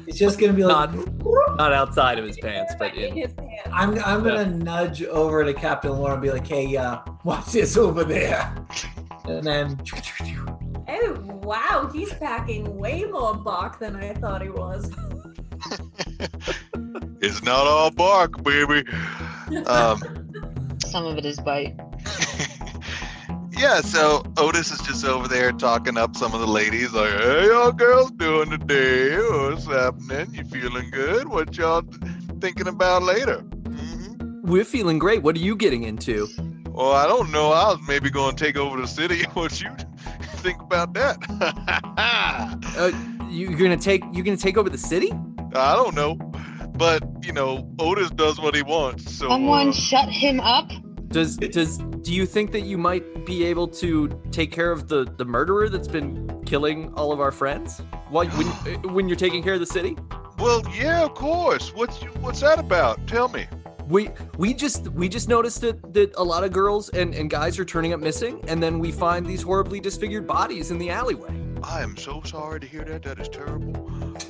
It's just gonna be like. Not not outside of his pants, but in. in his hand. I'm, I'm gonna nudge over to Captain Laura and be like, "Hey, uh, watch this over there," and then Oh wow, he's packing way more bark than I thought he was. It's not all bark, baby. Um, Some of it is bite. yeah, so Otis is just over there talking up some of the ladies, like, "Hey, y'all girls doing today? What's happening? You feeling good? What y'all thinking about later?" hmm We're feeling great. What are you getting into? Well, I don't know. I was maybe going to take over the city. What you? think about that? Uh, you, you're gonna take you're gonna take over the city? I don't know, but you know, Otis does what he wants. So Someone uh, shut him up. Does does do you think that you might be able to take care of the the murderer that's been killing all of our friends? Why when uh, when you're taking care of the city? well, yeah, of course. What's you, what's that about? Tell me. We we just we just noticed that that a lot of girls and and guys are turning up missing, and then we find these horribly disfigured bodies in the alleyway. I am so sorry to hear that. That is terrible.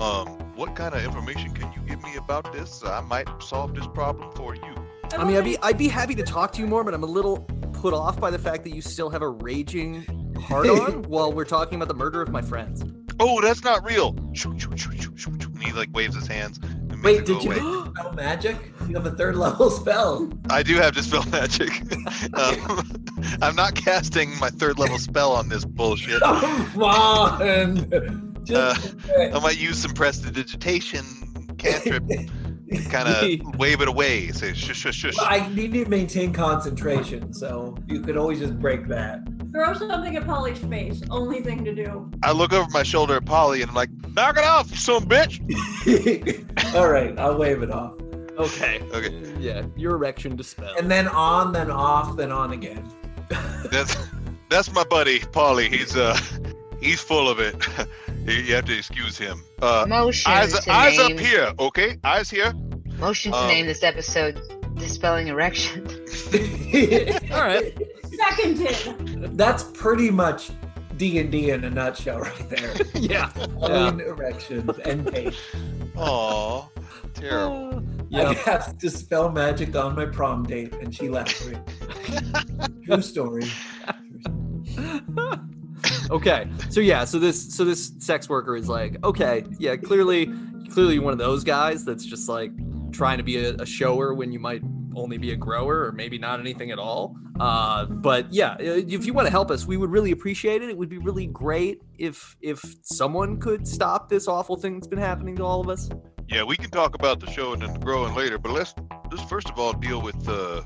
Um, what kind of information can you give me about this? I might solve this problem for you. I mean, I'd be I'd be happy to talk to you more, but I'm a little put off by the fact that you still have a raging heart on while we're talking about the murder of my friends. Oh, that's not real. Shoo, shoo, shoo, shoo, shoo, shoo. And he like waves his hands. And makes Wait, it go did you away. have spell magic? You have a third level spell. I do have dispel magic. um, I'm not casting my third level spell on this bullshit. I Come on. Just do it. might use some prestidigitation cantrip, kind of wave it away. Say shush, shush, shush. Well, I need to maintain concentration, so you could always just break that. Throw something at Polly's face. Only thing to do. I look over my shoulder at Polly and I'm like, knock it off, you son of a bitch. All right, I'll wave it off. Okay. Okay. Yeah, your erection dispelled. And then on, then off, then on again. That's that's my buddy Polly. He's uh he's full of it. you you have to excuse him. Uh, Motion eyes to eyes name. up here, okay? Eyes here. Motion to Um, name this episode "Dispelling Erection." All right. Seconded. That's pretty much D and D in a nutshell, right there. Yeah. Alien erections and pain. Aw, terrible. I Yeah. cast dispel magic on my prom date, and she left me. True story. Okay. So yeah, so this so this sex worker is like, okay, yeah, clearly clearly one of those guys that's just like trying to be a, a shower when you might only be a grower or maybe not anything at all. Uh, but yeah, i- if you want to help us, we would really appreciate it. It would be really great if if someone could stop this awful thing that's been happening to all of us. Yeah, we can talk about the show and then the growing later, but let's let's first of all deal with uh,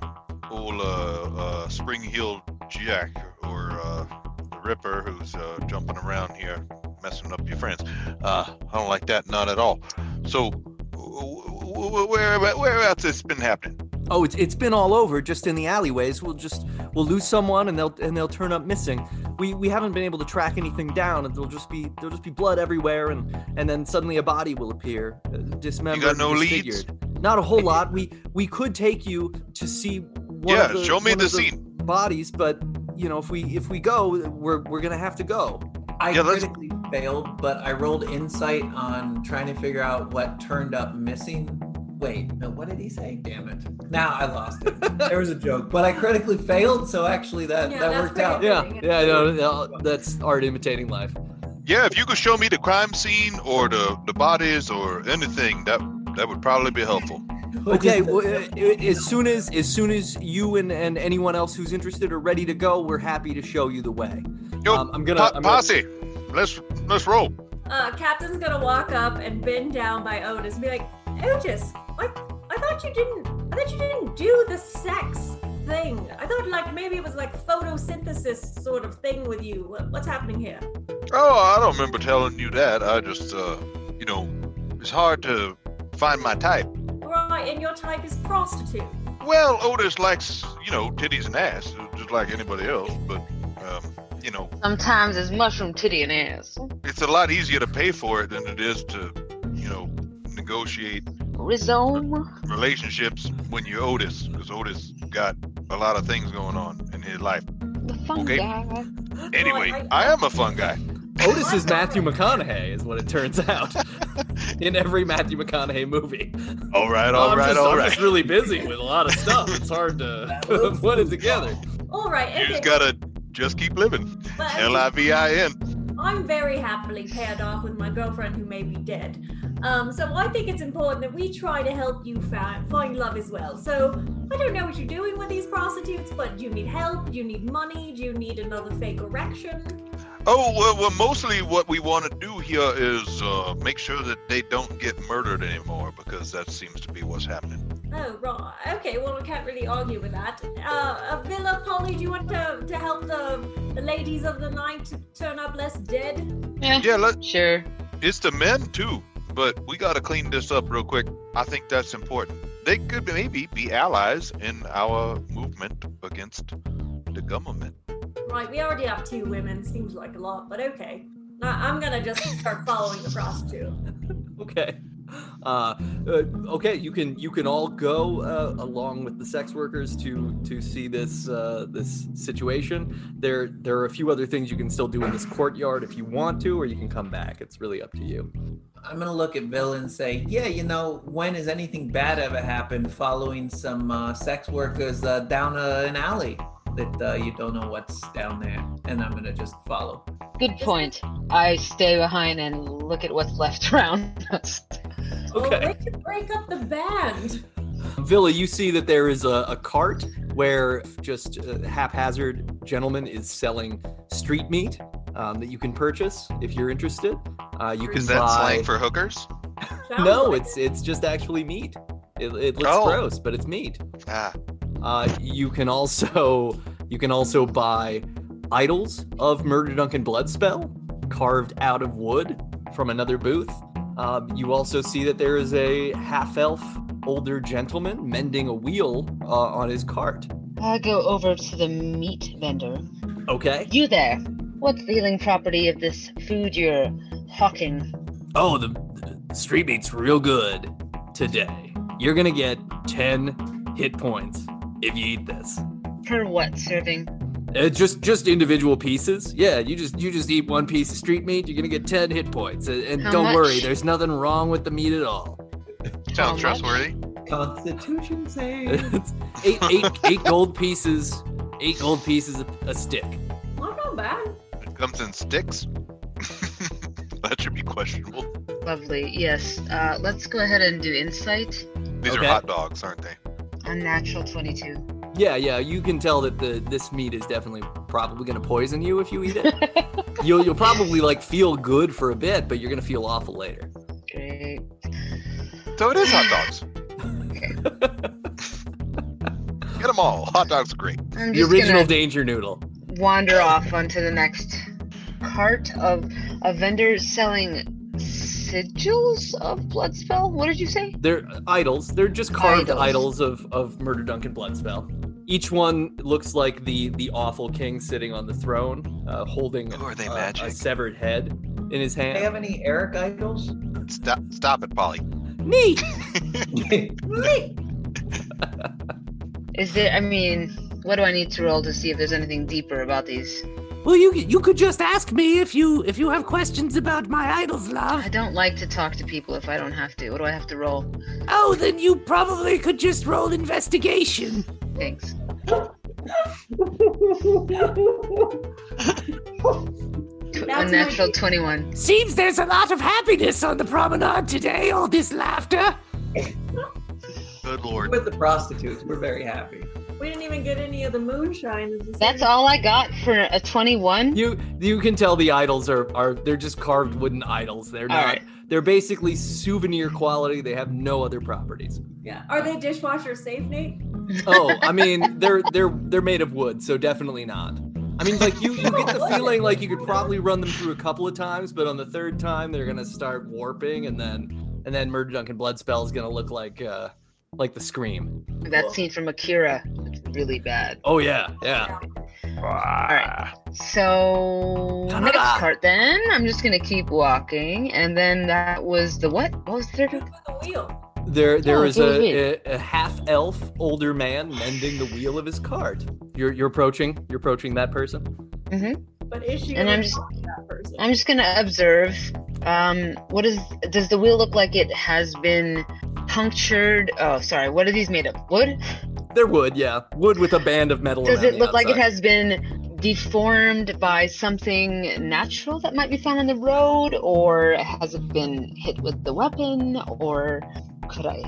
old uh, uh, Spring Heel Jack or uh, the Ripper who's uh, jumping around here, messing up your friends. Uh, I don't like that, not at all. So, w- w- w- where about- where else has been happening? Oh, it's it's been all over, just in the alleyways. We'll just we'll lose someone, and they'll and they'll turn up missing. We we haven't been able to track anything down, and there'll just be there'll just be blood everywhere, and and then suddenly a body will appear, uh, dismembered, and no leads? disfigured. Not a whole lot. We we could take you to see. One yeah, of the, show me one the of scene. bodies, but you know if we if we go, we're we're gonna have to go. I Yeah, let's- critically failed, but I rolled insight on trying to figure out what turned up missing. Wait, no, what did he say? Damn it. Now I lost it. there was a joke, but I critically failed, so actually that, Yeah, that that's worked out. pretty Yeah, Everything. yeah, no, no, that's art imitating life. Yeah, if you could show me the crime scene or the the bodies or anything, that that would probably be helpful. What Okay, is the- well, uh, uh, as soon as as soon as you and, and anyone else who's interested are ready to go, we're happy to show you the way. Yo, Um, I'm gonna, po- I'm gonna- posse, let's let's roll. Uh, Captain's gonna walk up and bend down by Otis and be like, Otis, I, I thought you didn't I thought you didn't do the sex thing. I thought like maybe it was like photosynthesis sort of thing with you. What, what's happening here? Oh, I don't remember telling you that. I just, uh, you know, it's hard to find my type. Right, and your type is prostitute. Well, Otis likes, you know, titties and ass, just like anybody else. But, um, you know, Sometimes it's mushroom titty and ass. it's a lot easier to pay for it than it is to, you know, negotiate Rhizome. relationships when you're Otis, because Otis got a lot of things going on in his life. The fun Okay. guy. Anyway, I- I am a fun guy. Otis is Matthew McConaughey, is what it turns out, in every Matthew McConaughey movie. All right, I'm all right, just- all I'm right. just really busy with a lot of stuff. It's hard to put it together. All right, You okay. just gotta just keep living. but at L I V I N. I'm very happily paired off with my girlfriend who may be dead. Um, so I think it's important that we try to help you fa- find love as well. So I don't know what you're doing with these prostitutes, but do you need help? Do you need money? Do you need another fake erection? Oh, well, well mostly what we want to do here is uh, make sure that they don't get murdered anymore because that seems to be what's happening. Oh, right. Okay, well, I can't really argue with that. Uh, uh, Villa, Polly, do you want to, to help the, the ladies of the night to turn up less dead? Yeah, Yeah, let, sure. It's the men too, but we gotta clean this up real quick. I think that's important. They could maybe be allies in our movement against the government. Right, we already have two women. Seems like a lot, but okay. I, I'm gonna just start following the prostitute. okay uh, uh, okay you can you can all go uh, along with the sex workers to to see this uh, this situation there there are a few other things you can still do in this courtyard if you want to or you can come back it's really up to you I'm gonna look at Bill and say, yeah, you know, when has anything bad ever happened following some uh, sex workers uh, down uh, an alley that uh, you don't know what's down there? And I'm gonna just follow. Good point. I stay behind and look at what's left around us. Well, okay way to break up the band. villa you see that there is a, a cart where just a haphazard gentleman is selling street meat um, that you can purchase if you're interested uh, you can Is that buy slang for hookers? Sounds no like it's it's just actually meat it, it looks Oh. gross but it's meat Ah, Uh, you can also you can also buy idols of Murder Duncan Bloodspell carved out of wood from another booth. Um, you also see that there is a half elf older gentleman mending a wheel uh, on his cart. I go over to the meat vendor. Okay. You there. What's the healing property of this food you're hawking? Oh, the, the street meat's real good today. You're gonna get ten hit points if you eat this. Per what serving? Uh, just just individual pieces. Yeah, you just you just eat one piece of street meat, you're gonna get ten hit points. And, and How don't worry, much? there's nothing wrong with the meat at all. How sounds much? trustworthy. Constitution save. It's eight eight eight gold pieces, eight gold pieces a, a stick. Well, not bad. It comes in sticks. That should be questionable. Lovely. Yes. Uh, let's go ahead and do insight. These Okay. are hot dogs, aren't they? Unnatural 22. Yeah, yeah, you can tell that the this meat is definitely probably gonna poison you if you eat it. you'll you'll probably like feel good for a bit, but you're gonna feel awful later. Great. So it is hot dogs. Get them all. Hot dogs are great. I'm The just original gonna danger noodle. wander off onto the next cart of a vendor selling sigils of Bloodspell. What did you say? They're idols. They're just carved idols, Idols. of of Murder Duncan Bloodspell. Each one looks like the the awful king sitting on the throne, uh, holding Oh, are they a- a magic? severed head in his Do they hand. have any Eric idols? Stop, stop it, Polly. Neat. Is there, I mean, what do I need to roll to see if there's anything deeper about these? Well, you you could just ask me if you if you have questions about my idols, I love. don't like to talk to people if I don't have to. What do I have to roll? Oh, then you probably could just roll investigation. Thanks. That's Unnatural my- 21. Seems there's a lot of happiness on the promenade today. All this laughter. Good lord. With the prostitutes, we're very happy. We didn't even get any of the moonshine. as a That's serving. all I got for a 21. You you can tell the idols are are they're just carved wooden idols. They're All not. right. They're basically souvenir quality. They have no other properties. Yeah. Are they dishwasher safe, Nate? Oh, I mean, they're they're they're made of wood, so definitely not. I mean, like you you get the feeling like you could probably run them through a couple of times, but on the third time they're gonna start warping, and then and then Murder Duncan Blood Spell is gonna look like uh like the scream. That scene from Akira. It's really bad. Oh yeah, yeah. So Canada. next part then. I'm just gonna keep walking. And then that was the what? What was the third? With one? the wheel. There there Oh, is it was me. a, a, a half elf older man mending the wheel of his cart. You're you're approaching you're approaching that person. But is she And gonna I'm just- talk to that person? I'm just gonna observe. Um what is does the wheel look like it has been punctured? Oh sorry, what are these made of? Wood? They're wood, yeah, wood with a band of metal. Does around it the look like it outside. has been deformed by something natural that might be found on the road? Or has it been hit with the weapon? Or could I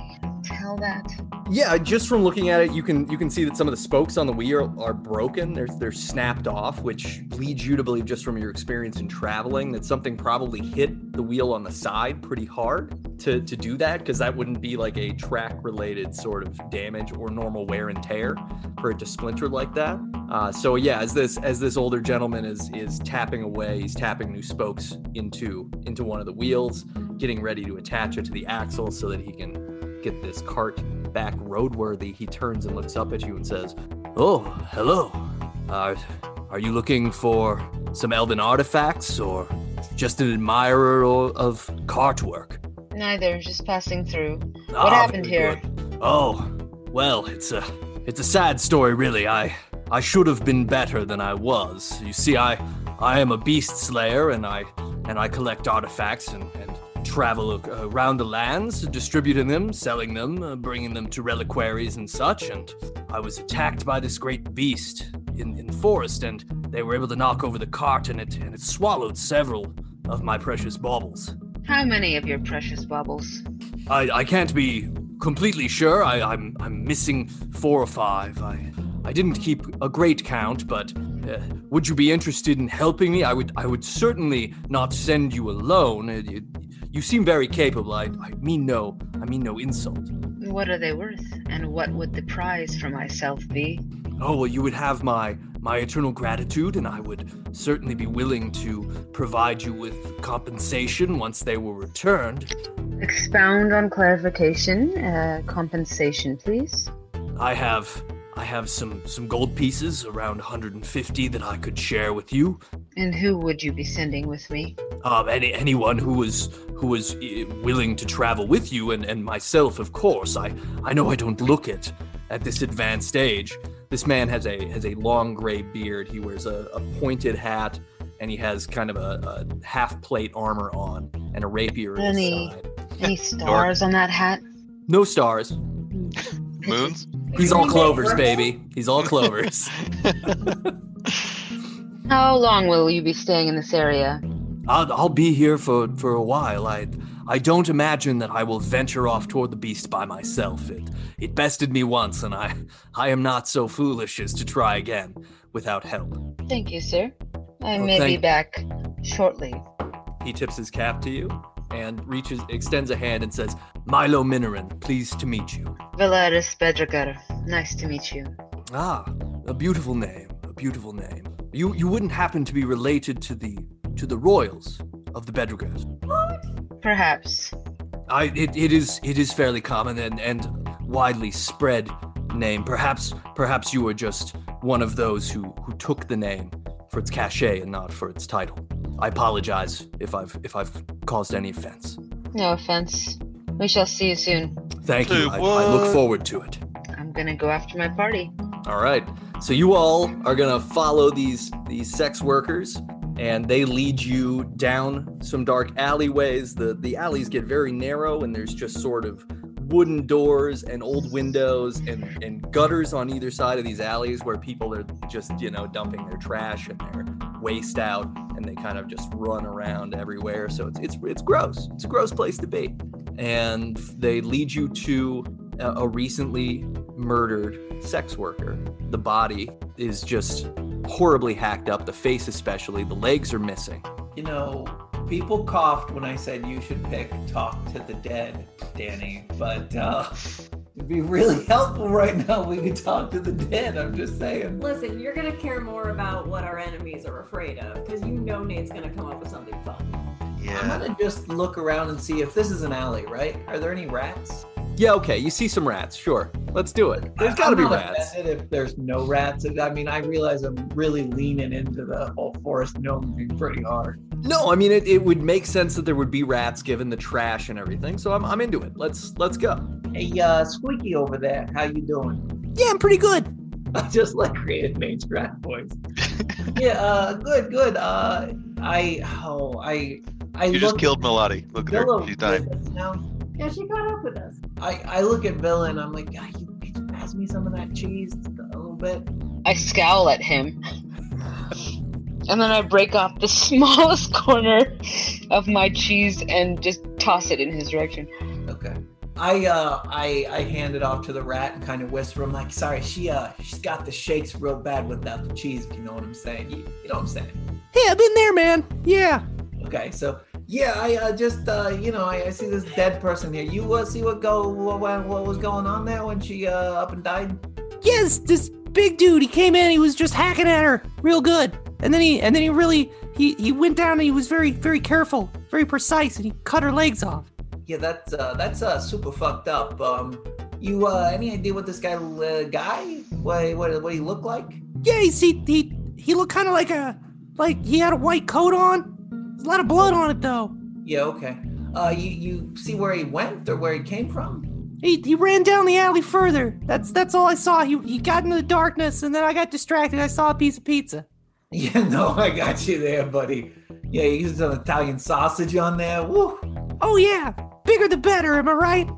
tell that? Yeah, just from looking at it, you can you can see that some of the spokes on the wheel are, are broken. They're they're snapped off, which leads you to believe, just from your experience in traveling, that something probably hit the wheel on the side pretty hard to to do that, because that wouldn't be like a track related sort of damage or normal wear and tear for it to splinter like that. Uh, so yeah, as this as this older gentleman is is tapping away, he's tapping new spokes into into one of the wheels, getting ready to attach it to the axle so that he can get this cart back roadworthy, he turns and looks up at you and says, "Oh, hello. Are are you looking for some elven artifacts or just an admirer o- of cart work?" Neither, just passing through. Ah, What happened very here? good. Oh, well, it's a it's a sad story, really. I I should have been better than I was. You see, I I am a beast slayer, and I and I collect artifacts and and travel ac- uh, around the lands, distributing them, selling them, uh, bringing them to reliquaries and such. And I was attacked by this great beast in in the forest, and they were able to knock over the cart, and it and it swallowed several of my precious baubles. How many of your precious baubles? I, I can't be completely sure. I, I'm I'm missing four or five. I I didn't keep a great count, but uh, would you be interested in helping me? I would I would certainly not send you alone. Uh, you, you seem very capable. I, I mean no I mean no insult. What are they worth? And what would the prize for myself be? Oh well, you would have my my eternal gratitude, and I would certainly be willing to provide you with compensation once they were returned. Expound on clarification, uh, compensation, please. I have I have some some gold pieces around 150 that I could share with you. And who would you be sending with me? Um, any anyone who was who was eh, willing to travel with you and and myself, of course. I I know I don't look it at this advanced age. This man has a has a long gray beard. He wears a, a pointed hat and he has kind of a, a half plate armor on and a rapier in his Any- side. Any stars on that hat? No stars. Moons? He's all Green clovers, purple? baby. He's all clovers. How long will you be staying in this area? I'll, I'll be here for, for a while. I I don't imagine that I will venture off toward the beast by myself. It it bested me once, and I I am not so foolish as to try again without help. Thank you, sir. I Well, may be thank- back shortly. He tips his cap to you and reaches extends a hand and says, "Milo Minoran, pleased to meet you." Valeris Bedregar, nice to meet you. Ah, a beautiful name, a beautiful name. You you wouldn't happen to be related to the to the royals of the Bedrigars? Perhaps. I it, it is it is fairly common and, and widely spread name. Perhaps perhaps you were just one of those who, who took the name for its cachet and not for its title. I apologize if I've if I've caused any offense. No offense. We shall see you soon. Thank Say you. I, I look what? forward to it. I'm gonna go after my party. All right. So you all are gonna follow these these sex workers, and they lead you down some dark alleyways. the The alleys get very narrow, and there's just sort of wooden doors and old windows and and gutters on either side of these alleys where people are just you know dumping their trash and their waste out, and they kind of just run around everywhere. So it's it's it's gross. It's a gross place to be. And they lead you to a, a recently murdered sex worker. The body is just horribly hacked up, the face especially, the legs are missing. You know, people coughed when I said you should pick Talk to the Dead, Danny, but uh, it'd be really helpful right now if we could talk to the dead. I'm just saying. Listen, you're gonna care more about what our enemies are afraid of, because you know Nate's gonna come up with something fun. I'm yeah. gonna just look around and see if this is an alley, right? Are there any rats? Yeah, okay, you see some rats, sure. Let's do it. There's I- gotta be I'm not rats. offended If there's no rats, I mean, I realize I'm really leaning into the whole forest gnome thing pretty hard. No, I mean it, it would make sense that there would be rats given the trash and everything, so I'm, I'm into it. Let's let's go. Hey, uh, Squeaky over there, how you doing? Yeah, I'm pretty good. I just like created Nate's rat voice. yeah, uh, good, good. Uh, I, oh, I, I You look just killed Melody. Look at her. Villa She's dying. with us now. Yeah, she caught up with us. I, I look at Villa and I'm like, God, you bitch, pass me some of that cheese a little bit. I scowl at him. And then I break off the smallest corner of my cheese and just toss it in his direction. Okay. I uh I I hand it off to the rat and kind of whisper. I'm like, sorry, she uh she's got the shakes real bad without the cheese. If you know what I'm saying? You, you know what I'm saying? Yeah, I've been there, man. Yeah. Okay, so yeah, I uh, just uh you know I, I see this dead person here. You uh, see what go what, what what was going on there when she uh up and died? Yes, this big dude, he came in, he was just hacking at her real good. And then he and then he really he, he went down and he was very, very careful, very precise, and he cut her legs off. Yeah, that's uh that's uh super fucked up. Um, you uh any idea what this guy uh, guy what what what he look like? Yeah, he's, he he he looked kinda like a like he had a white coat on. There's a lot of blood on it though. Yeah, okay. Uh, you you see where he went or where he came from? He, he ran down the alley further. That's that's all I saw. He he got into the darkness and then I got distracted. I saw a piece of pizza. Yeah, no, I got you there, buddy. Yeah, you used an Italian sausage on there. Woo. Oh yeah, bigger the better. Am I right?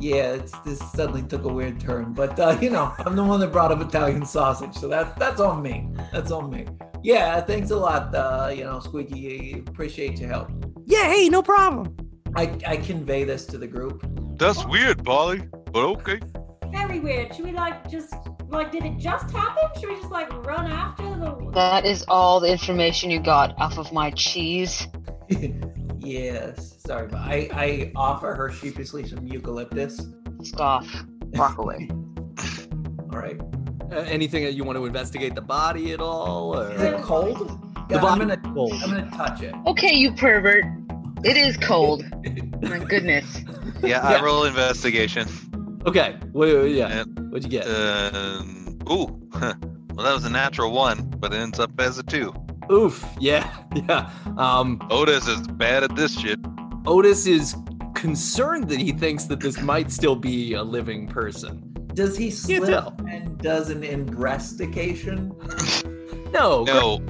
Yeah, it's, this suddenly took a weird turn, but uh, you know, I'm the one that brought up Italian sausage, so that's that's on me. That's on me. Yeah, thanks a lot. Uh, you know, Squeaky, appreciate your help. Yeah. Hey, no problem. I, I convey this to the group. That's weird, Polly, but okay. Very weird. Should we like just like did it just happen? Should we just like run after the That is all the information you got off of my cheese. yes, sorry, but I, I offer her sheepishly some eucalyptus. Scoff. Walk away. All right. Uh, anything that you want to investigate the body at all? Or... Is it cold? The Yeah, I'm body gonna cold. I'm gonna touch it. Okay, you pervert. It is cold. my goodness. Yeah, I roll investigation. Okay. Wait, wait, yeah. Yep. What'd you get? Um, ooh, huh. well that was a natural one, but it ends up as a two. Oof. Yeah. Yeah. Um, Otis is Bad at this shit. Otis is concerned that he thinks that this might still be a living person. Does he slip tell. and does an investigation? No. No,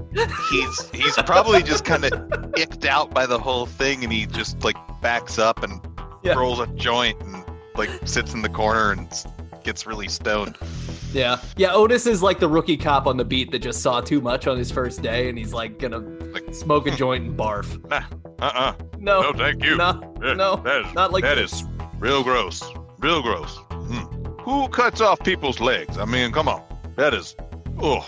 he's he's probably just kind of icked out by the whole thing, and he just like backs up and Yeah. rolls a joint and like sits in the corner and s- gets really stoned. Yeah. Yeah. Otis is like the rookie cop on the beat that just saw too much on his first day, and he's like gonna Like- smoke a joint and barf. Uh-uh. No. No, thank you. No. Yeah, no, that is, not like that is real gross. Real gross. Hmm. Who cuts off people's legs? I mean, come on. That is. Oh,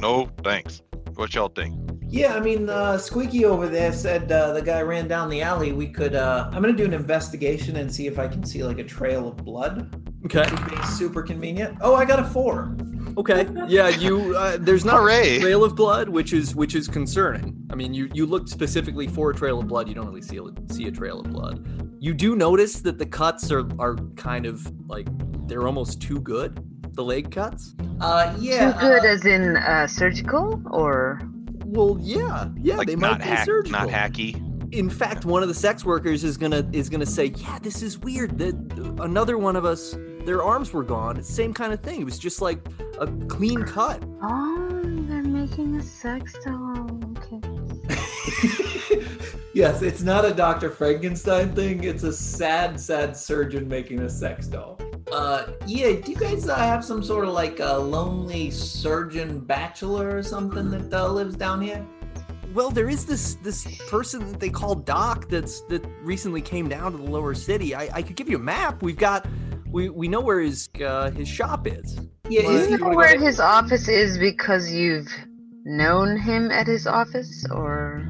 no, thanks. What y'all think? Yeah, I mean, uh, Squeaky over there said uh, the guy ran down the alley. We could. Uh, I'm gonna do an investigation and see if I can see like a trail of blood. Okay. Would be super convenient. Oh, I got a four. Okay. Yeah. You. Uh, there's not a Hooray! trail of blood, which is which is concerning. I mean, you you looked specifically for a trail of blood. You don't really see a, see a trail of blood. You do notice that the cuts are are kind of like they're almost too good. The leg cuts. Uh, yeah. Too good uh, as in uh, surgical or Well, yeah, yeah, Like they not might be hack, surgical. not hacky. In fact, one of the sex workers is gonna is gonna say, "Yeah, this is weird. That another one of us, their arms were gone. Same kind of thing. It was just like a clean cut." Oh, they're making a sex doll. Okay. yes, it's not a Dr. Frankenstein thing. It's a sad, sad surgeon making a sex doll. Uh, yeah, do you guys uh, have some sort of like a lonely surgeon bachelor or something that uh, lives down here? Well, there is this this person that they call Doc that's that recently came down to the lower city. I, I could give you a map. We've got we we know where his uh, his shop is. Yeah, Well, is Do he, you you know wanna go where to- his office is because you've known him at his office or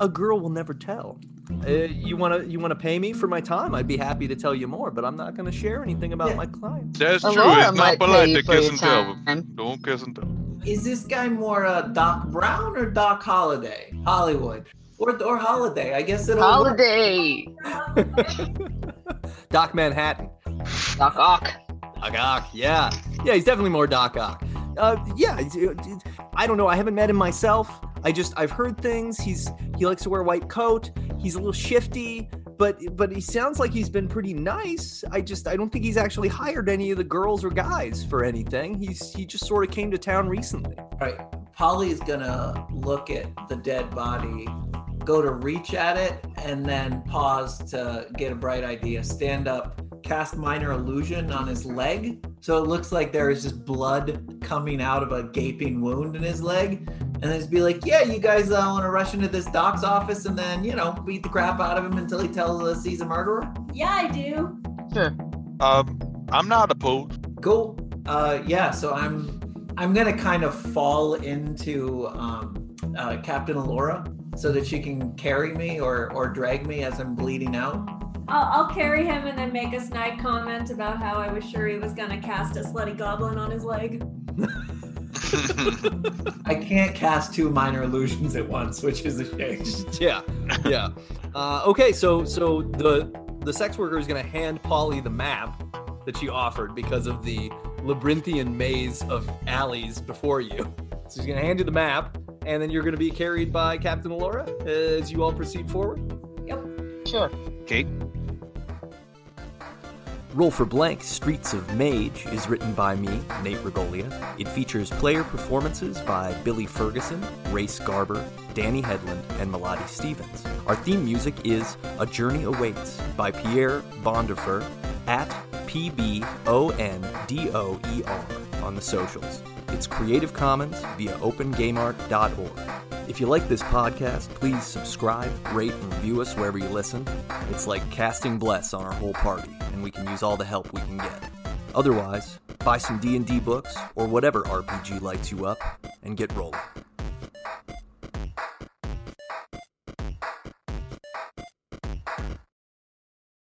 A girl will never tell. Uh, you wanna you wanna pay me for my time? I'd be happy to tell you more, but I'm not gonna share anything about Yeah. my client. That's true. Alora it's not might pay polite to you for kiss your and tell. time. Don't kiss and tell. is this guy more uh, Doc Brown or Doc Holiday? Hollywood. Or, or Holiday. I guess it'll work. holiday? Doc Manhattan. Doc Ock. Doc Ock, yeah. Yeah, he's definitely more Doc Ock. Uh, yeah, it's- it- it- I don't know. I haven't met him myself. I just I've heard things. He's he likes to wear a white coat. He's a little shifty, but but he sounds like he's been pretty nice. I just I don't think he's actually hired any of the girls or guys for anything. He's he just sort of came to town recently. All right, Polly's gonna look at the dead body, go to reach at it, and then pause to get a bright idea. Stand up, cast minor illusion on his leg, so it looks like there is just blood coming out of a gaping wound in his leg, and then just be like, "Yeah, you guys uh, want to rush into this doc's office and then you know beat the crap out of him until he tells us he's a murderer." Yeah, I do. Sure. Um, I'm not opposed. Cool. Uh, yeah. So I'm I'm gonna kind of fall into um, uh, Captain Alora so that she can carry me or or drag me as I'm bleeding out. I'll, I'll carry him and then make a snide comment about how I was sure he was gonna cast a slutty goblin on his leg. I can't cast two minor illusions at once, which is a shame. yeah yeah uh, okay so so the the sex worker is going to hand polly the map that she offered because of the labyrinthian maze of alleys before you so she's going to hand you the map and then you're going to be carried by captain alora as you all proceed forward Sure. okay. roll for blank streets of mage is written by me nate regolia it features player performances by billy ferguson race garber danny headland and melody stevens our theme music is a journey awaits by pierre bondifer at p-b-o-n-d-o-e-r E on the socials it's creative commons via opengameart.org if you like this podcast please subscribe rate and review us wherever you listen it's like casting bless on our whole party and we can use all the help we can get otherwise buy some d&d books or whatever rpg lights you up and get rolling